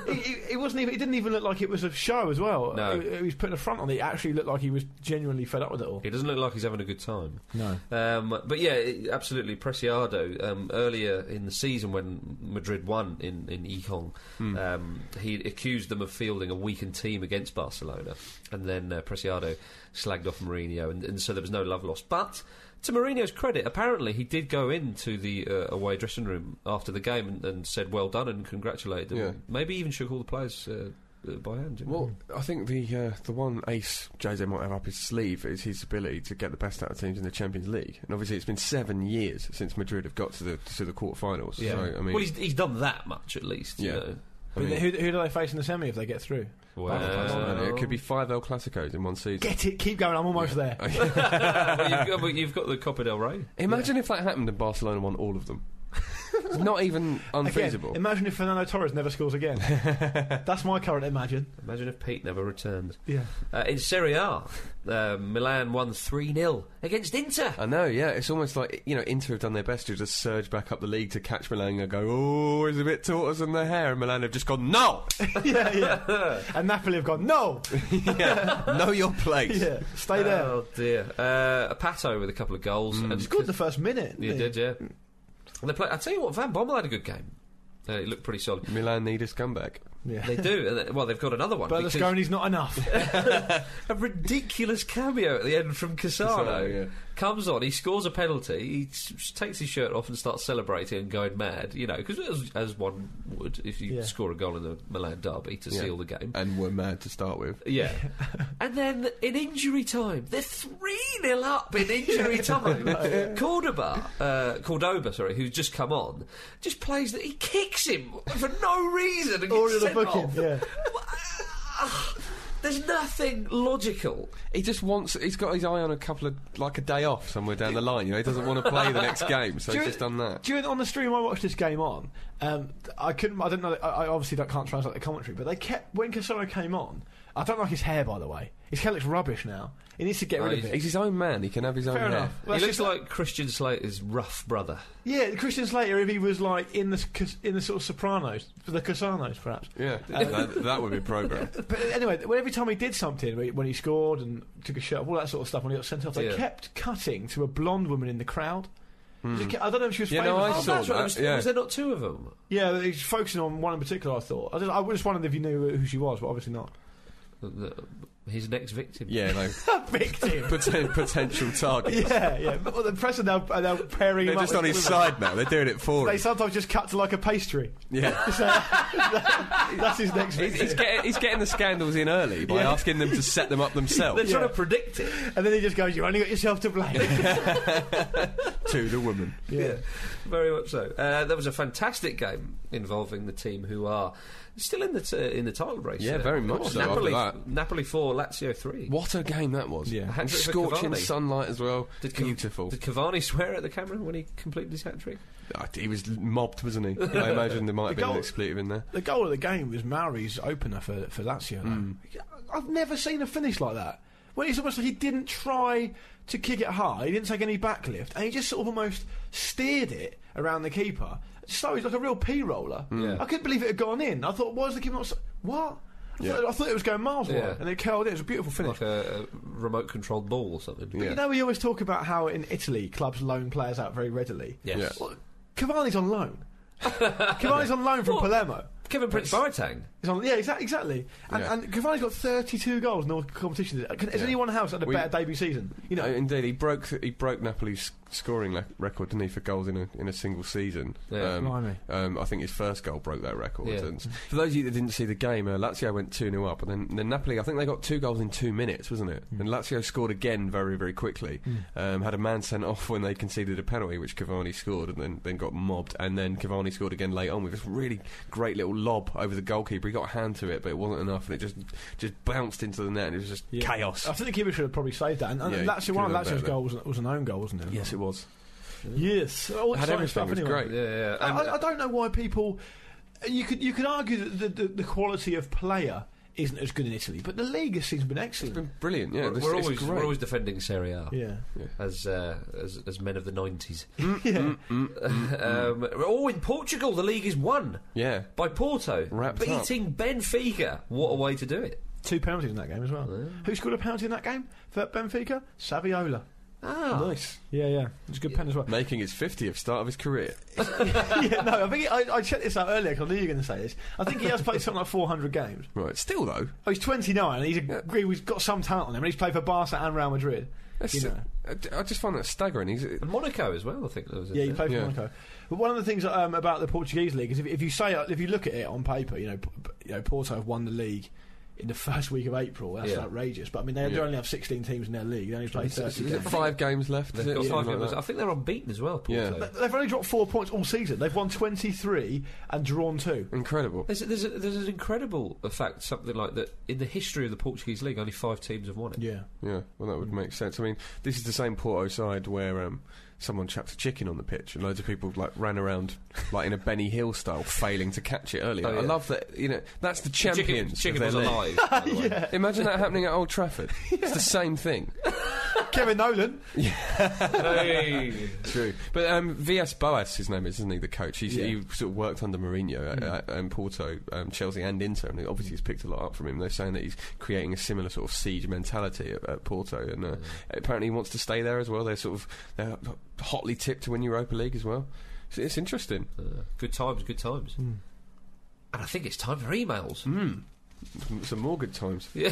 he, he, he wasn't even. It didn't even look like it was a show as well. No. He, he was putting a front on. It He actually looked like he was genuinely fed up with it all. He doesn't look like he's having a good time. No. Um, but yeah, it- absolutely. Preciado um, earlier in the season when Madrid won in in Econ, Hmm. Mm. um, he accused them of fielding a weakened team against Barcelona, and then uh, Preciado slagged off Mourinho, and, and so there was no love lost. But to Mourinho's credit, apparently he did go into the uh, away dressing room after the game and, and said well done and congratulated them. Yeah. Maybe even shook all the players uh, uh, by hand. didn't Well, I think the uh, the one ace Jose might have up his sleeve is his ability to get the best out of teams in the Champions League, and obviously it's been seven years since Madrid have got to the to the quarterfinals. he? yeah. so, I mean, well, he's, he's done that much at least. you Yeah. know. I But mean- who, who do they face in the semi if they get through? Uh, Well, it could be five El Clasicos in one season. Get it. Keep going. I'm almost there. well, you've, got, but you've got the Copa del Rey. Imagine if that happened and Barcelona won all of them. it's not even unfeasible. Again, imagine if Fernando Torres never scores again. That's my current imagine. Imagine if Pete never returned. Yeah. Uh, in Serie A, uh, Milan won 3 0 against Inter. I know, yeah. It's almost like you know, Inter have done their best to just surge back up the league to catch Milan and go, oh, it's a bit tortoise in the hair, and Milan have just gone, no, yeah, yeah. And Napoli have gone, no! yeah, know your place. Yeah, stay there. Oh, dear. Uh, Pato with a couple of goals. he scored the first minute. You did, yeah. And they play, I tell you what, Van Bommel had a good game. Uh, he looked pretty solid. Milan need a scumbag. Yeah. They do. and they- Well, they've got another one. because Berlusconi's not enough. a ridiculous cameo at the end from Cassano. Cassano, yeah. Comes on, he scores a penalty, he s- s- takes his shirt off and starts celebrating and going mad, you know, because as, as one would if you Yeah. score a goal in the Milan derby to Yeah. Uh, seal the game. and were mad to start with. Yeah. and then in injury time, they're 3 nil up in injury time. Cordoba, uh, Cordoba, sorry, who's just come on, just plays that. He kicks him for no reason and Or gets in the sent booking, off. yeah. There's nothing logical He just wants. He's got his eye on a couple of like a day off somewhere down the line. You know, he doesn't want to play the next game, so he's During- just done that. During on the stream, I watched this game on. Um, I couldn't. I don't know. I, I obviously don't, can't translate the commentary, but they kept when Cassano came on. I don't like his hair, by the way. His hair looks rubbish now. He needs to get Oh, rid of he's- it. He's his own man. He can have his own. Fair hair. enough. Well, he that's looks like Christian Slater's rough brother. just- yeah, Christian Slater. If he was like in the s- in the sort of Sopranos, the Cassanos, perhaps. Yeah, that, that would be progress. But anyway, well, every time he did something, when he- when he scored and took a shot, all that sort of stuff, when he got sent off, they Yeah. kept cutting to a blonde woman in the crowd. Just ke- I don't know if she was Hmm. Yeah, no, I famous. Oh, oh, saw that's right. that, Was, yeah. was there not two of them? Yeah, but he's focusing on one in particular. I thought. I, just, I just wondered if you knew who she was, but obviously not. The- the- His next victim. Yeah, no. Victim. Poten- potential target. yeah, yeah. But well, the press are now, are now pairing They're him up just with on his women. side now. They're doing it for They him. sometimes just cut to like a pastry. Yeah, That's his next he's, he's, victim. getting, he's getting the scandals in early by Yeah. asking them to set them up They're themselves trying Yeah. to predict it. And then he just goes, "You only got yourself to blame." yeah. to the woman. very much so. Uh, that was a fantastic game involving the team who are still in the t- in the title race. Yeah, uh, very much course. so Napoli, after that. Napoli four, Lazio three. What a game that was! Yeah. And Hat-trick for scorching Cavani. sunlight as well. Did Cav- Beautiful. Did Cavani swear at the camera when he completed his hat trick? Ah, he was mobbed, wasn't he? I imagine there might have The been an goal- expletive in there. The goal of the game was Mauri's opener for for Lazio. Mm. though. I've never seen a finish like that. Well, it's almost like he didn't try to kick it high. He didn't take any backlift, and he just sort of almost steered it around the keeper. So he's like a real p roller. Yeah. I couldn't believe it had gone in. I thought, why is the keeper not? s- What? I, Yeah. thought, I thought it was going miles wide, Yeah. and it curled in. It was a beautiful finish. Like a, a remote controlled ball or something. Yeah. You know, we always talk about how in Italy clubs loan players out very readily. Yes. Yeah. Well, Cavani's on loan. Cavani's on loan from What? Palermo. Kevin Prince Boateng. It's on, yeah, exactly. exactly. And, Yeah. and Cavani's got 32 goals in all competitions. Can, Has Yeah. anyone else had a We- better debut season? You know, Uh, indeed, he broke th- he broke Napoli's scoring le- record, didn't he, for goals in a in a single season. Yeah. Um, Blimey. um, I think his first goal broke that record. Yeah. And for those of you that didn't see the game, uh, Lazio went 2 0 up, and then, then Napoli, I think they got two goals in two minutes, wasn't it? Mm. And Lazio scored again very, very quickly. Hmm. Um, had a man sent off when they conceded a penalty, which Cavani scored, and then, then got mobbed. And then Cavani scored again late on with this really great little lob over the goalkeeper. He got a hand to it, but it wasn't enough, and it just just bounced into the net, and it was just Yeah. chaos. Oh. I think the keeper should have probably saved that. And, and Yeah, he Lazio, could one of have done Lazio's better. goals was, was an own goal, wasn't it? Yes, it was. Yes. All Had exciting everything, stuff, it was anyway. great. uh, Yeah, yeah. I, And, uh, I- I don't know why people. You could you could argue that the, the, the quality of player isn't as good in Italy, but the league has seems been excellent. It's been brilliant, yeah. we're, this- we're it's always, great. we're always defending Serie A yeah. as, uh, as as men of the 90s. yeah. Mm, um, oh, in Portugal, the league is won yeah. by Porto, Wrapped up. beating Benfica. What a way to do it! Two penalties in that game as well. Who scored a penalty in that game for Benfica? Saviola. Ah, Nice. Yeah, yeah. It's a good pen as well. Making his 50th start of his career. yeah, no, I think he, I, I checked this out earlier 'cause I knew you were going to say this. I think he has played something like 400 games. Right, still though. Oh, he's 29 and he's, a, he's got some talent on him and he's played for Barca and Real Madrid. That's- You know. I d- Uh, I just find that staggering. He's, and Monaco as well. I think that was. in Yeah, you there. play for Yeah. Monaco. But one of the things um, about the Portuguese league is if, if you say if you look at it on paper, you know, P- you know Porto have won the league in the first week of April. That's Yeah. outrageous. But I mean, they, they Yeah. only have 16 teams in their league. They only play is 30 it games. five games left? Is They've it? got five Something members. like I think they're unbeaten as well. Porto. Yeah. They've only dropped four points all season. They've won 23 and drawn two. that. Incredible. There's, there's, a, there's an incredible fact, something like that. In the history of the Portuguese league, only five teams have won it. Yeah. Yeah, well, that would make sense. I mean, this is the same Porto side where um, someone chucked a chicken on the pitch, and loads of people like ran around like in a Benny Hill style, failing to catch it earlier. Oh, yeah. I love that. You know, that's the Chicken- champions. Chicken, of was their league. alive. by the way. Imagine that happening at Old Trafford. It's the same thing. Kevin Nolan. Hey. True, but um, VS Boas, his name is, isn't he? The coach. He's, Yeah. He sort of worked under Mourinho Mm. at, at, um, Porto, um, Chelsea, and Inter, and obviously he's picked a lot up from him. They're saying that he's creating a similar sort of siege mentality at, at Porto, and Mm. uh, apparently he wants to stay there as well. They're sort of they're hotly tipped to win Europa League as well. It's, it's interesting. Uh, good times, good times. And I think it's time for emails. Mm. Some- Some more good times. Yeah,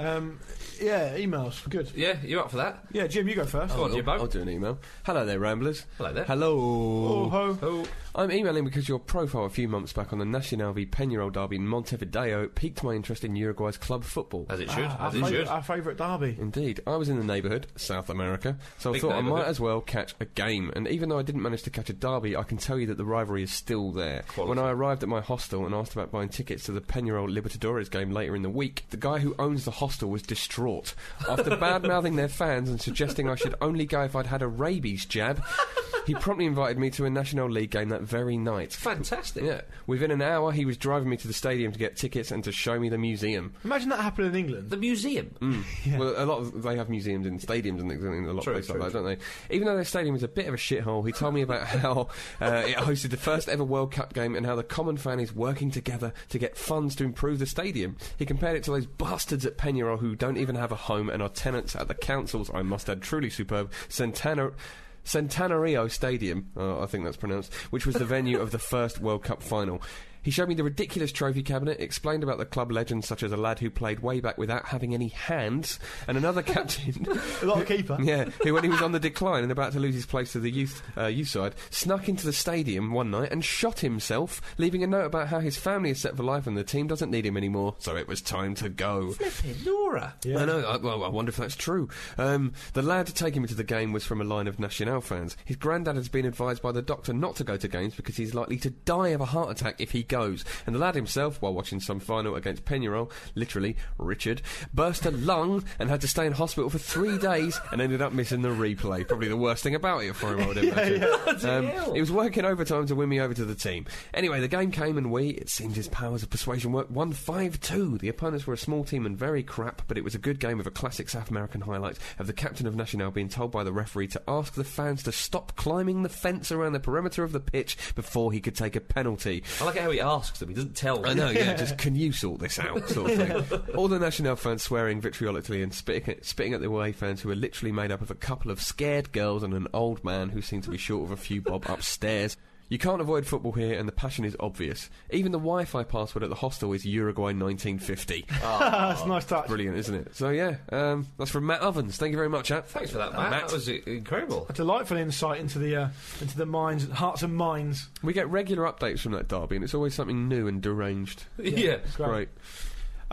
um, yeah, emails. Good. yeah, you up for that? Yeah, Jim, you go first. Go on, Jimbo. I'll do an email. Hello there, Ramblers. Hello there. Hello. Oh, ho. Oh, I'm emailing because your profile a few months back on the Nacional v Peñarol derby in Montevideo piqued my interest in Uruguay's club football. as it should, Ah, as it our, should. favourite, our favourite derby. Indeed, I was in the neighbourhood, South America, so Big I thought I neighbourhood. might as well catch a game. And even though I didn't manage to catch a derby, I can tell you that the rivalry is still there. Quality. When I arrived at my hostel and asked about buying tickets to the Peñarol Libertadores game later in the week, the guy who owns the hostel was distraught. After bad mouthing their fans and suggesting I should only go if I'd had a rabies jab, he promptly invited me to a National League game that very night. Fantastic. Yeah. Within an hour, he was driving me to the stadium to get tickets and to show me the museum. Imagine that happening in England. The museum. Mm. Well, a lot of they have museums in stadiums and things in a lot True, of places true, like that, don't they? Even though their stadium is a bit of a shithole, he told me about how uh, it hosted the first ever World Cup game and how the common fan is working together to get funds to improve the stadium. He compared it to those bastards at Peñarol who don't even have a home and are tenants at the council's, I must add, truly superb Santana. Centenario Stadium, uh, I think that's pronounced, which was the venue of the first World Cup final. He showed me the ridiculous trophy cabinet, explained about the club legends such as a lad who played way back without having any hands, and another captain, A lot of keeper. yeah, who when he was on the decline and about to lose his place to the youth uh, youth side, snuck into the stadium one night and shot himself, leaving a note about how his family is set for life and the team doesn't need him anymore, so it was time to go. Flipping Nora. Yeah. I know. I, well, I wonder if that's true. Um, the lad taking me to the game was from a line of Nacional fans. His granddad has been advised by the doctor not to go to games because he's likely to die of a heart attack if he goes. And the lad himself, while watching some final against Peñarol, literally Richard, burst a lung and had to stay in hospital for three days and ended up missing the replay. Probably the worst thing about it for him, I would imagine. Um, hell. it was working overtime to win me over to the team. Anyway, the game came and we, it seemed his powers of persuasion worked, won 5 2. The opponents were a small team and very crap, but it was a good game with a classic South American highlight of the captain of Nacional being told by the referee to ask the fans to stop climbing the fence around the perimeter of the pitch before he could take a penalty. I like it how he asks them. He doesn't tell them. I know, Oh, yeah, just can you sort this out, sort of thing. All the National fans swearing vitriolically and spitting at, spitting at the away fans who were literally made up of a couple of scared girls and an old man who seemed to be short of a few bob upstairs. You can't avoid football here, and the passion is obvious. Even the Wi Fi password at the hostel is Uruguay 1950. "Ah." That's a nice touch. Brilliant, isn't it? So, yeah, um, that's from Matt Ovens. Thank you very much, Matt. Thanks for that, Matt. That was i- incredible. A delightful insight into the uh, into the minds, hearts and minds. We get regular updates from that derby, and it's always something new and deranged. Yeah. It's great. Great.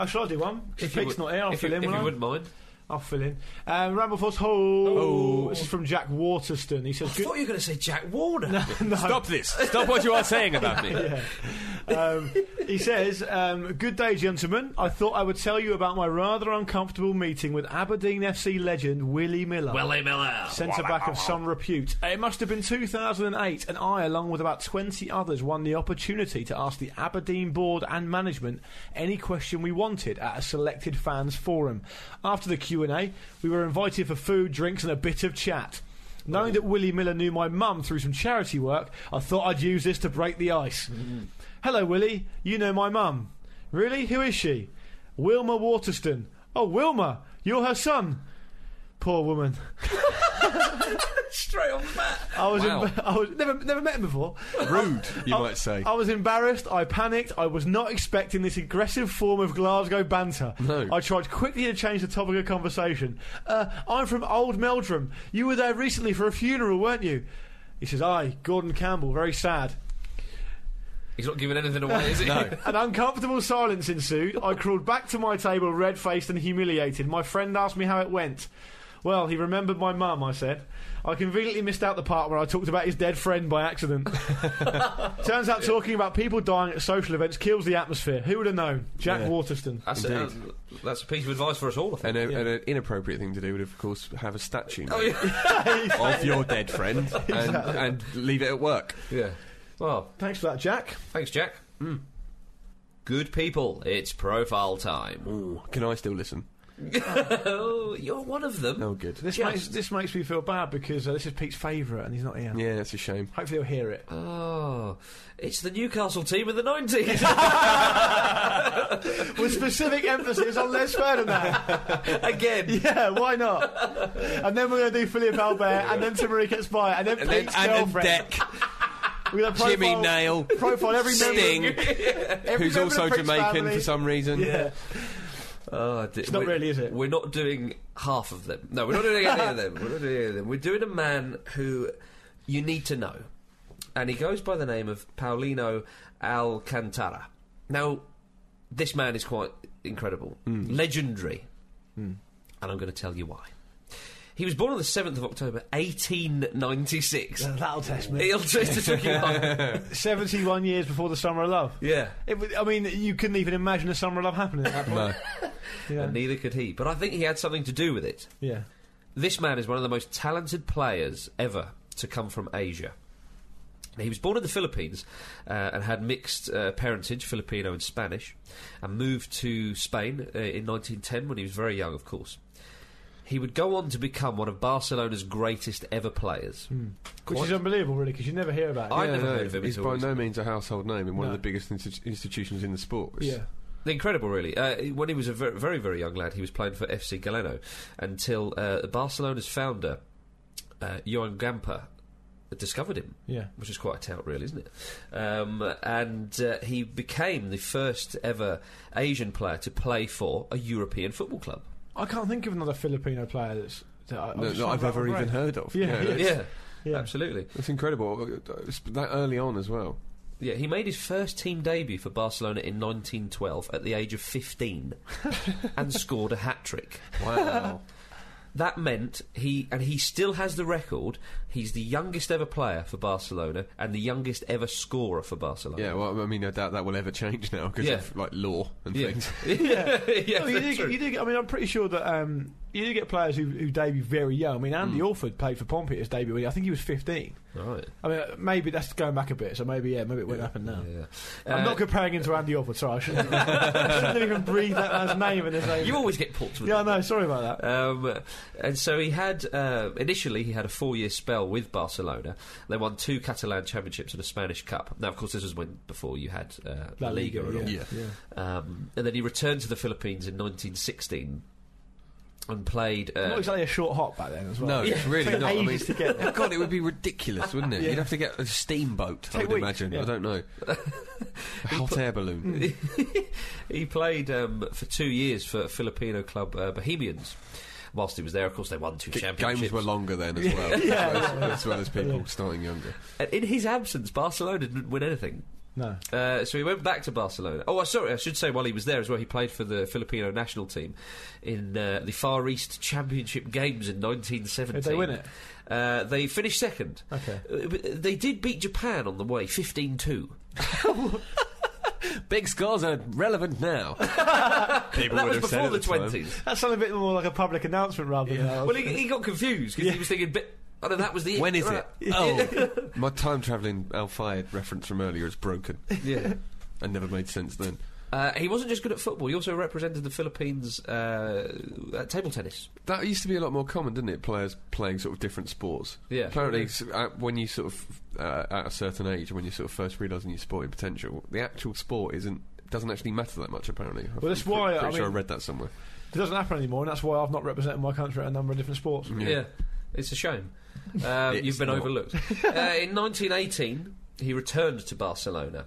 Oh, shall I do one? If you Pig's would- not here, I'll if fill you, in. if will you I? wouldn't mind. I'll fill in. Um, Ramble Force. Oh, Oh. this is from Jack Waterston. He I says, good, thought you were going to say Jack Warner. no. Stop this. Stop what you are saying about me. Yeah. Um, he says, um, "Good day, gentlemen. I thought I would tell you about my rather uncomfortable meeting with Aberdeen FC legend Willie Miller." Willie Miller. Centre back of some repute. It must have been 2008, and I, along with about 20 others, won the opportunity to ask the Aberdeen board and management any question we wanted at a selected fans forum. After the Q and A, we were invited for food, drinks, and a bit of chat. Knowing that Willie Miller knew my mum through some charity work, I thought I'd use this to break the ice. Hello, Willie. You know my mum. Really? Who is she? Wilma Waterston. Oh, Wilma, you're her son. Poor woman. Straight on Matt. I was, Wow. emba- I was never never met him before. Rude, you I- might say. I was embarrassed. I panicked. I was not expecting this aggressive form of Glasgow banter. No. I tried quickly to change the topic of conversation. Uh, I'm from Old Meldrum. You were there recently for a funeral, weren't you? He says, "I, Gordon Campbell, very sad." He's not giving anything away, is he? No. An uncomfortable silence ensued. I crawled back to my table, red faced and humiliated. My friend asked me how it went. Well, he remembered my mum, I said. I conveniently missed out the part where I talked about his dead friend by accident. Turns out talking about people dying at social events kills the atmosphere. Who would have known? Jack Yeah. Waterston. That's, a, uh, Indeed. that's a piece of advice for us all, I think. And, a, Yeah. and an inappropriate thing to do would, of course, have a statue Oh, made yeah. of your dead friend and, and leave it at work. yeah. Well, Thanks for that, Jack. thanks, Jack. Good people, it's profile time. Can I still listen? oh, you're one of them. Oh, good. This Yes. makes this makes me feel bad because uh, this is Pete's favourite and he's not here. Yeah, that's a shame. Hopefully he'll hear it. Oh, it's the Newcastle team of the 90s. With specific emphasis on Les Ferdinand. Again. Yeah, why not? and then we're going to do Philip Albert, and then Tamarica Spire, and then And then Pete's and girlfriend. Deck, we're going to profile, Jimmy Nail, profile every member, Sting, every who's member of also Pete's Jamaican family. for some reason. Yeah, Oh, it's not really, is it? We're not doing half of them. No, we're not doing any of them. We're not doing any of them. We're doing a man who you need to know. And he goes by the name of Paulino Alcantara. Now, this man is quite incredible, Hmm. legendary. And I'm going to tell you why. He was born on the 7th of October, 1896. Now, that'll test me. He'll just it took him like- Seventy-one years before the Summer of Love. Yeah. It, was- I mean, you couldn't even imagine the Summer of Love happening. At that point. No. Yeah. And neither could he. But I think he had something to do with it. yeah. This man is one of the most talented players ever to come from Asia. Now, He was born in the Philippines uh, and had mixed uh, parentage, Filipino and Spanish, and moved to Spain uh, in 1910 when he was very young, of course. He would go on to become one of Barcelona's greatest ever players. Hmm. Which Quite- is unbelievable, really, because you never hear about it. I Yeah, never no, heard of him He's until by recently. no means a household name in one of No. the biggest insti- institutions in the sport. It's- yeah. Incredible, really. Uh, when he was a ver- very, very young lad, he was playing for FC Galeno until uh, Barcelona's founder, uh, Johan Gamper, discovered him. Yeah. which is quite a tout, really, isn't it? Um, and uh, he became the first ever Asian player to play for a European football club. I can't think of another Filipino player that's that I, I'm No, just that trying I've to ever rattle even brain. heard of. Yeah, yeah. that's, yeah, Yeah. absolutely. that's incredible. It's That early on as well. Yeah, he made his first team debut for Barcelona in 1912 at the age of 15 and scored a hat trick. Wow. That meant he, and he still has the record, he's the youngest ever player for Barcelona and the youngest ever scorer for Barcelona. yeah, well, I mean, I doubt that will ever change now because Yeah. of like law and Yeah. things. yeah, yeah, No, you, that's do true. get, you do get, I mean, I'm pretty sure that um, you do get players who, who debut very young. I mean, Andy Hmm. Orford played for Pompey at his debut. when I think he was 15. Right. I mean, uh, maybe that's going back a bit. So maybe, yeah, maybe it won't happen now. Yeah. I'm Uh, not comparing him to Andy Orford. Sorry, I shouldn't, I shouldn't have even breathed that man's name in his name. You always get Portsmouth. yeah, I know. Sorry about that. Um, and so he had uh, initially he had a four-year spell with Barcelona. They won two Catalan championships and a Spanish cup. Now, of course, this was when before you had uh, La Liga, and all. yeah. yeah. Um, and then he returned to the Philippines in 1916. and played. Uh, Not exactly a short hop back then as well. No, it's really Took not. I mean, ages to get there. God, it would be ridiculous, wouldn't it? Yeah. You'd have to get a steamboat, I Take would weeks, imagine. yeah. I don't know. a hot air balloon. he played um, for two years for Filipino club uh, Bohemians. Whilst he was there, of course, they won two G- championships. Games were longer then as well, Yeah. as, well as- as well as people starting younger. And In his absence, Barcelona didn't win anything. No. Uh, so he went back to Barcelona. Oh, uh, sorry, I should say while he was there as well, he played for the Filipino national team in uh, the Far East Championship Games in 1917. Did they win it? Uh, they finished second. Okay. Uh, but They did beat Japan on the way, 15 2. Big scores are relevant now. people That would was have said before at the, time. 20s. That sounded a bit more like a public announcement rather than. that. Well, he, he got confused because he was thinking, bit, oh, no, that was the. When is right. it? Oh, my time travelling Al Fayed reference from earlier is broken. Yeah. and never made sense then. Uh, he wasn't just good at football, he also represented the Philippines uh, at table tennis. That used to be a lot more common, didn't it? Players playing sort of different sports. Yeah. Apparently, s- uh, when you sort of uh, at a certain age, when you're sort of first realising your sporting potential, the actual sport isn't doesn't actually matter that much. Apparently, Well, that's I'm pre- why, Pretty I sure mean- I read that somewhere. It doesn't happen anymore, and that's why I've not represented my country at a number of different sports. Yeah. It's a shame. Um, It's you've been not. overlooked. uh, in 1918, he returned to Barcelona.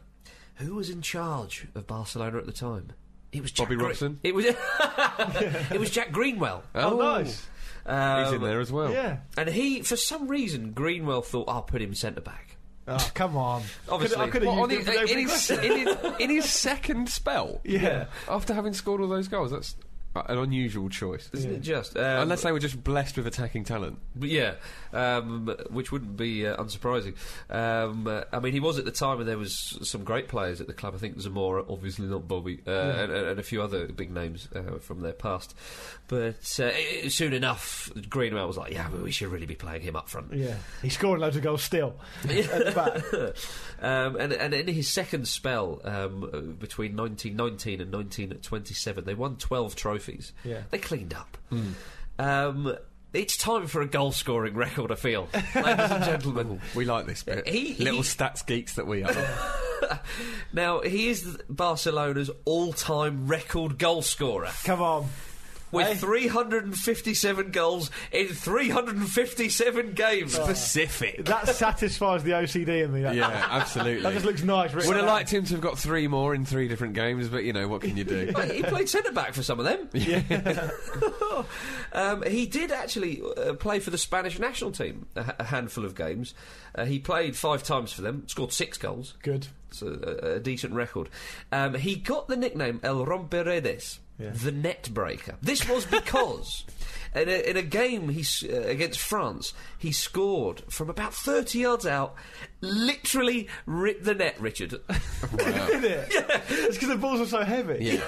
Who was in charge of Barcelona at the time? It was Jack Bobby Gre- Robson? It was it was Jack Greenwell. Oh, nice. Um, He's in there as well. Yeah. And he, for some reason, Greenwell thought, "I'll put him centre back." Oh, come on. Obviously. Could, I could Well, have on used his, him for the in, opening his, question. in, his, in his second spell, Yeah. after having scored all those goals, that's uh, an unusual choice. Isn't Yeah. it just? Um, Unless they were just blessed with attacking talent. But yeah, um, which wouldn't be uh, unsurprising. Um, uh, I mean, he was at the time, and there was some great players at the club. I think Zamora, obviously not Bobby, uh, and, and and a few other big names uh, from their past. But uh, i- i- soon enough, Greenwell was like, "Yeah, well, we should really be playing him up front." Yeah. He's scoring loads of goals still. At the back. um, and, and in his second spell um, uh, between 1919 and 1927, they won 12 trophies. Yeah. They cleaned up. Um, it's time for a goal scoring record, I feel, ladies and gentlemen. We like this bit. He- he- Little stats geeks that we are. Now, he is Barcelona's all time record goal scorer Come on. with Hey. 357 goals in 357 games. Specific. That satisfies the OCD in me. That, Yeah, absolutely. that just looks nice. written Would have down. liked him to have got three more in three different games, but you know what can you do? But he played centre back for some of them. um, he did actually uh, play for the Spanish national team a, ha- a handful of games. Uh, he played five times for them, scored six goals. Good. It's a, a, a decent record. Um, he got the nickname El Romperedes, Yeah. the net breaker. This was because in, a, in a game he, s- uh, against France, he scored from about 30 yards out, literally ripped the net, Richard. Did it? Yeah. It's because the balls were so heavy. Yeah.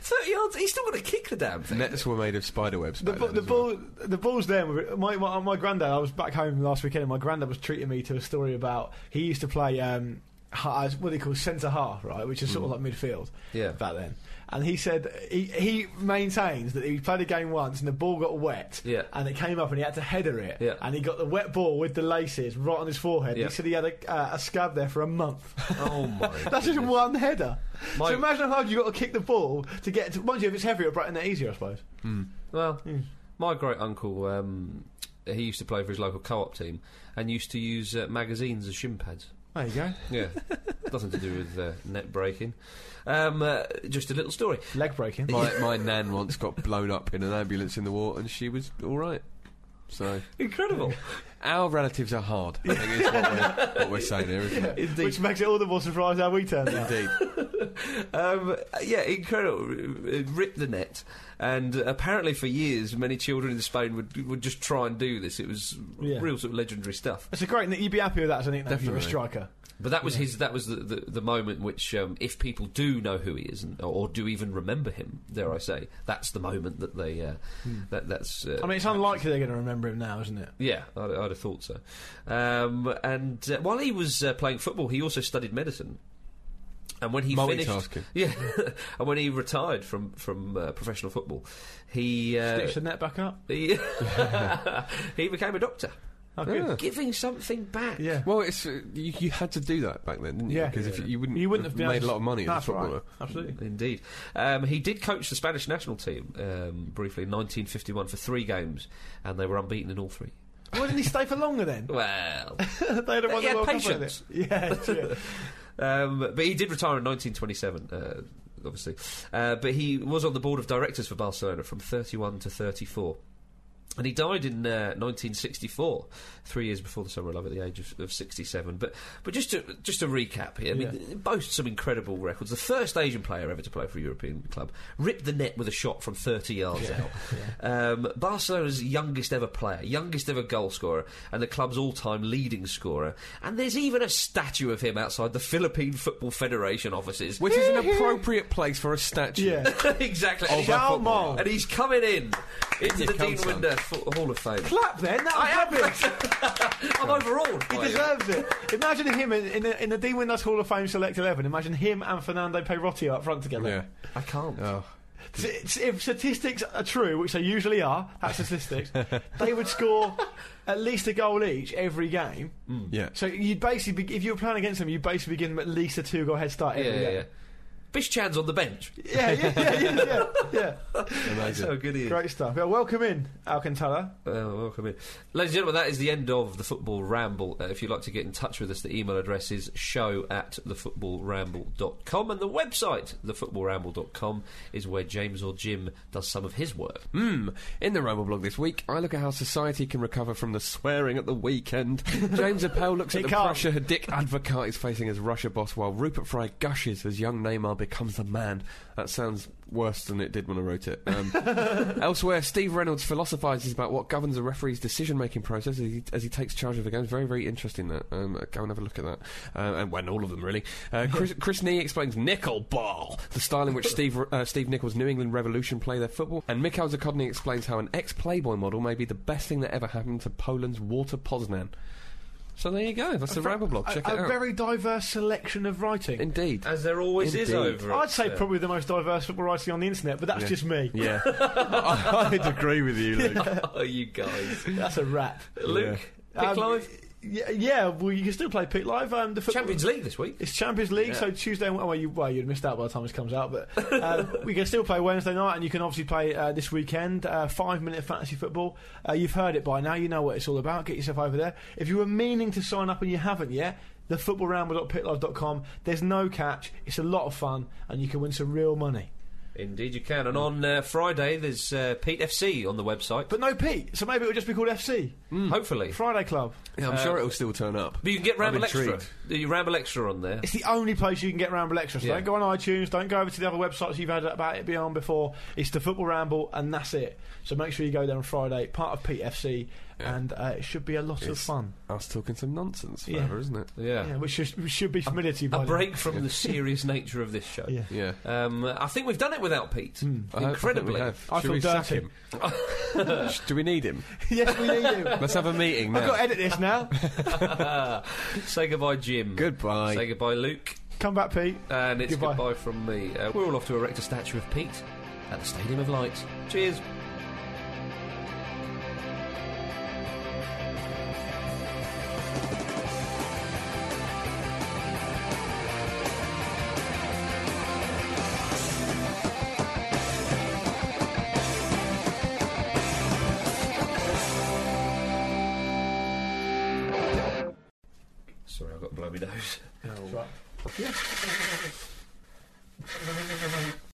30 yards? He's still going to kick the damn thing. Nets were made of spider webs. The, back bu- then the as well. ball, the balls. Then were- my, my my granddad. I was back home last weekend, and my granddad was treating me to a story about he used to play um, ha- as what they call centre half, right, which is sort of like midfield. Mm. Yeah. back then. And he said he, he maintains that he played a game once and the ball got wet. Yeah. And it came up and he had to header it. Yeah. And he got the wet ball with the laces right on his forehead. Yeah. He said he had a, uh, a scab there for a month. Oh, my That's just one header. My- so imagine how hard you got to kick the ball to get. To, mind you, if it's heavier, it'll brighten that easier, I suppose. Well, my great uncle, um, he used to play for his local co-op team and used to use uh, magazines as shin pads. There you go. Yeah, nothing to do with uh, net breaking. Um, uh, just a little story. Leg breaking. My, my nan once got blown up in an ambulance in the war, and she was all right. So Incredible. our relatives are hard. I think is what we're, what we're saying here, isn't it? Which makes it all the more surprised how we turned out. Indeed. um, yeah, incredible. It ripped the net, and apparently for years, many children in Spain would would just try and do this. It was Yeah. real sort of legendary stuff. It's a great nick. You'd be happy with that as a nickname for a Definitely. striker. But that was his. That was the, the, the moment which, um, if people do know who he is and, or do even remember him, dare I say, that's the moment that they. Uh, that that's. Uh, I mean, it's unlikely they're going to remember him now, isn't it? yeah, I'd, I'd have thought so. Um, and uh, while he was uh, playing football, he also studied medicine. And when he finished, Multitasking. yeah, and when he retired from from uh, professional football, he uh, Sticks the net back up. he, he became a doctor. Oh, good. Yeah. Giving something back. Yeah. Well, it's uh, you, you had to do that back then, didn't you? Yeah. Because if you, you wouldn't, You wouldn't have been made able a to- lot of money as That's a footballer. right. Absolutely. Indeed. Um, he did coach the Spanish national team um, briefly in 1951 for three games, and they were unbeaten in all three. Why didn't he stay for longer then? Well, They'd have won He had the World Cup, wouldn't patience. they? Yeah, true. um, but he did retire in 1927, uh, obviously. Uh, but he was on the board of directors for Barcelona from 31 to 34. And he died in uh, 1964, three years before the Summer of Love, at the age of, of 67. But but just to just to recap here, I mean, it boasts some incredible records. The first Asian player ever to play for a European club ripped the net with a shot from 30 yards out. Um, Barcelona's youngest ever player, youngest ever goal scorer, and the club's all-time leading scorer. And there's even a statue of him outside the Philippine Football Federation offices. Which is an appropriate place for a statue. yeah. exactly. Of a Xiao footballer. Mong. And he's coming in into you the come, Dean son. Winder F- Hall of Fame. Clap then. That I was am. rubbish. I'm overawed. He by it. deserves it. Imagine him in, in, the, in the D Windows Hall of Fame Select 11. Imagine him and Fernando Perotti up front together. Yeah. I can't. Oh. S- s- If statistics are true, which they usually are, that's statistics, they would score at least a goal each every game. Yeah. So you'd basically, be, if you were playing against them, you'd basically give them at least a two goal head start yeah, every yeah, yeah. game. Bish Chan's on the bench. Yeah, yeah, yeah, yeah, yeah, yeah, Amazing. So good he is. Great stuff. Yeah, welcome in, Alcantara. Uh, welcome in. Ladies and gentlemen, that is the end of the Football Ramble. Uh, if you'd like to get in touch with us, the email address is show at thefootballramble.com and the website, thefootballramble.com, is where James or Jim does some of his work. Mm. In the Ramble blog this week, I look at how society can recover from the swearing at the weekend. James Appel looks at It the can't. pressure Dick Advocat is facing as Russia boss, while Rupert Fry gushes as young Neymar becomes the man. That sounds worse than it did when I wrote it. Um, elsewhere, Steve Reynolds philosophises about what governs a referee's decision-making process as he, as he takes charge of the game. It's very, very interesting. That um, go and have a look at that. Uh, and when all of them really. Uh, Chris, Chris Nee explains nickel ball, the style in which Steve uh, Steve Nichols' New England Revolution play their football. And Mikhail Zakodny explains how an ex-Playboy model may be the best thing that ever happened to Poland's Water Poznan. So there you go. That's the Ramble blog. Check a, it a out. very diverse selection of writing. Indeed. As there always is Indeed. over. I'd at, say uh, probably the most diverse football writing on the internet, but that's Yeah. just me. yeah, I, I'd agree with you, Luke. Oh, you guys. That's a wrap. Luke, pick Um, live. Yeah, yeah, well, you can still play Pick Live. Um, the football- Champions League this week. It's Champions League, so Tuesday. and- Well, you well, you'd missed out by the time this comes out, but um, we can still play Wednesday night, and you can obviously play uh, this weekend. Uh, five minute fantasy football. Uh, you've heard it by now. You know what it's all about. Get yourself over there. If you were meaning to sign up and you haven't yet. The footballramble.pitlive.com. There's no catch. It's a lot of fun, and you can win some real money. Indeed, you can. And on uh, Friday, there's uh, Pete FC on the website. But no Pete, so maybe it'll just be called FC Hmm. Mm. Hopefully. Friday Club. Yeah, I'm sure it'll still turn up. But you can get Ramble Extra. intrigued. You Ramble Extra on there. It's the only place you can get Ramble Extra. So Yeah. don't go on iTunes, don't go over to the other websites you've had about it beyond before. It's the Football Ramble, and that's it. So make sure you go there on Friday, part of PFC, Yeah. and uh, it should be a lot of It's- fun. Us talking some nonsense Yeah. forever, isn't it? Yeah, which should, which should be familiar to you by A now. break from the serious nature of this show. Yeah. Hmm. Yeah. Um, I think we've done it without Pete. I hope- Incredibly. I, think we I have. Should we feel sack him? Sh- Do we need him? yes, we need you. Let's have a meeting I've now. got to edit this now. Say goodbye, Jim. Goodbye. Say goodbye, Luke. Come back, Pete. And it's Goodbye. goodbye, from me. Uh, we're all off to erect a statue of Pete at the Stadium of Light. Cheers. Sorry, I've got to blow my nose. That's right.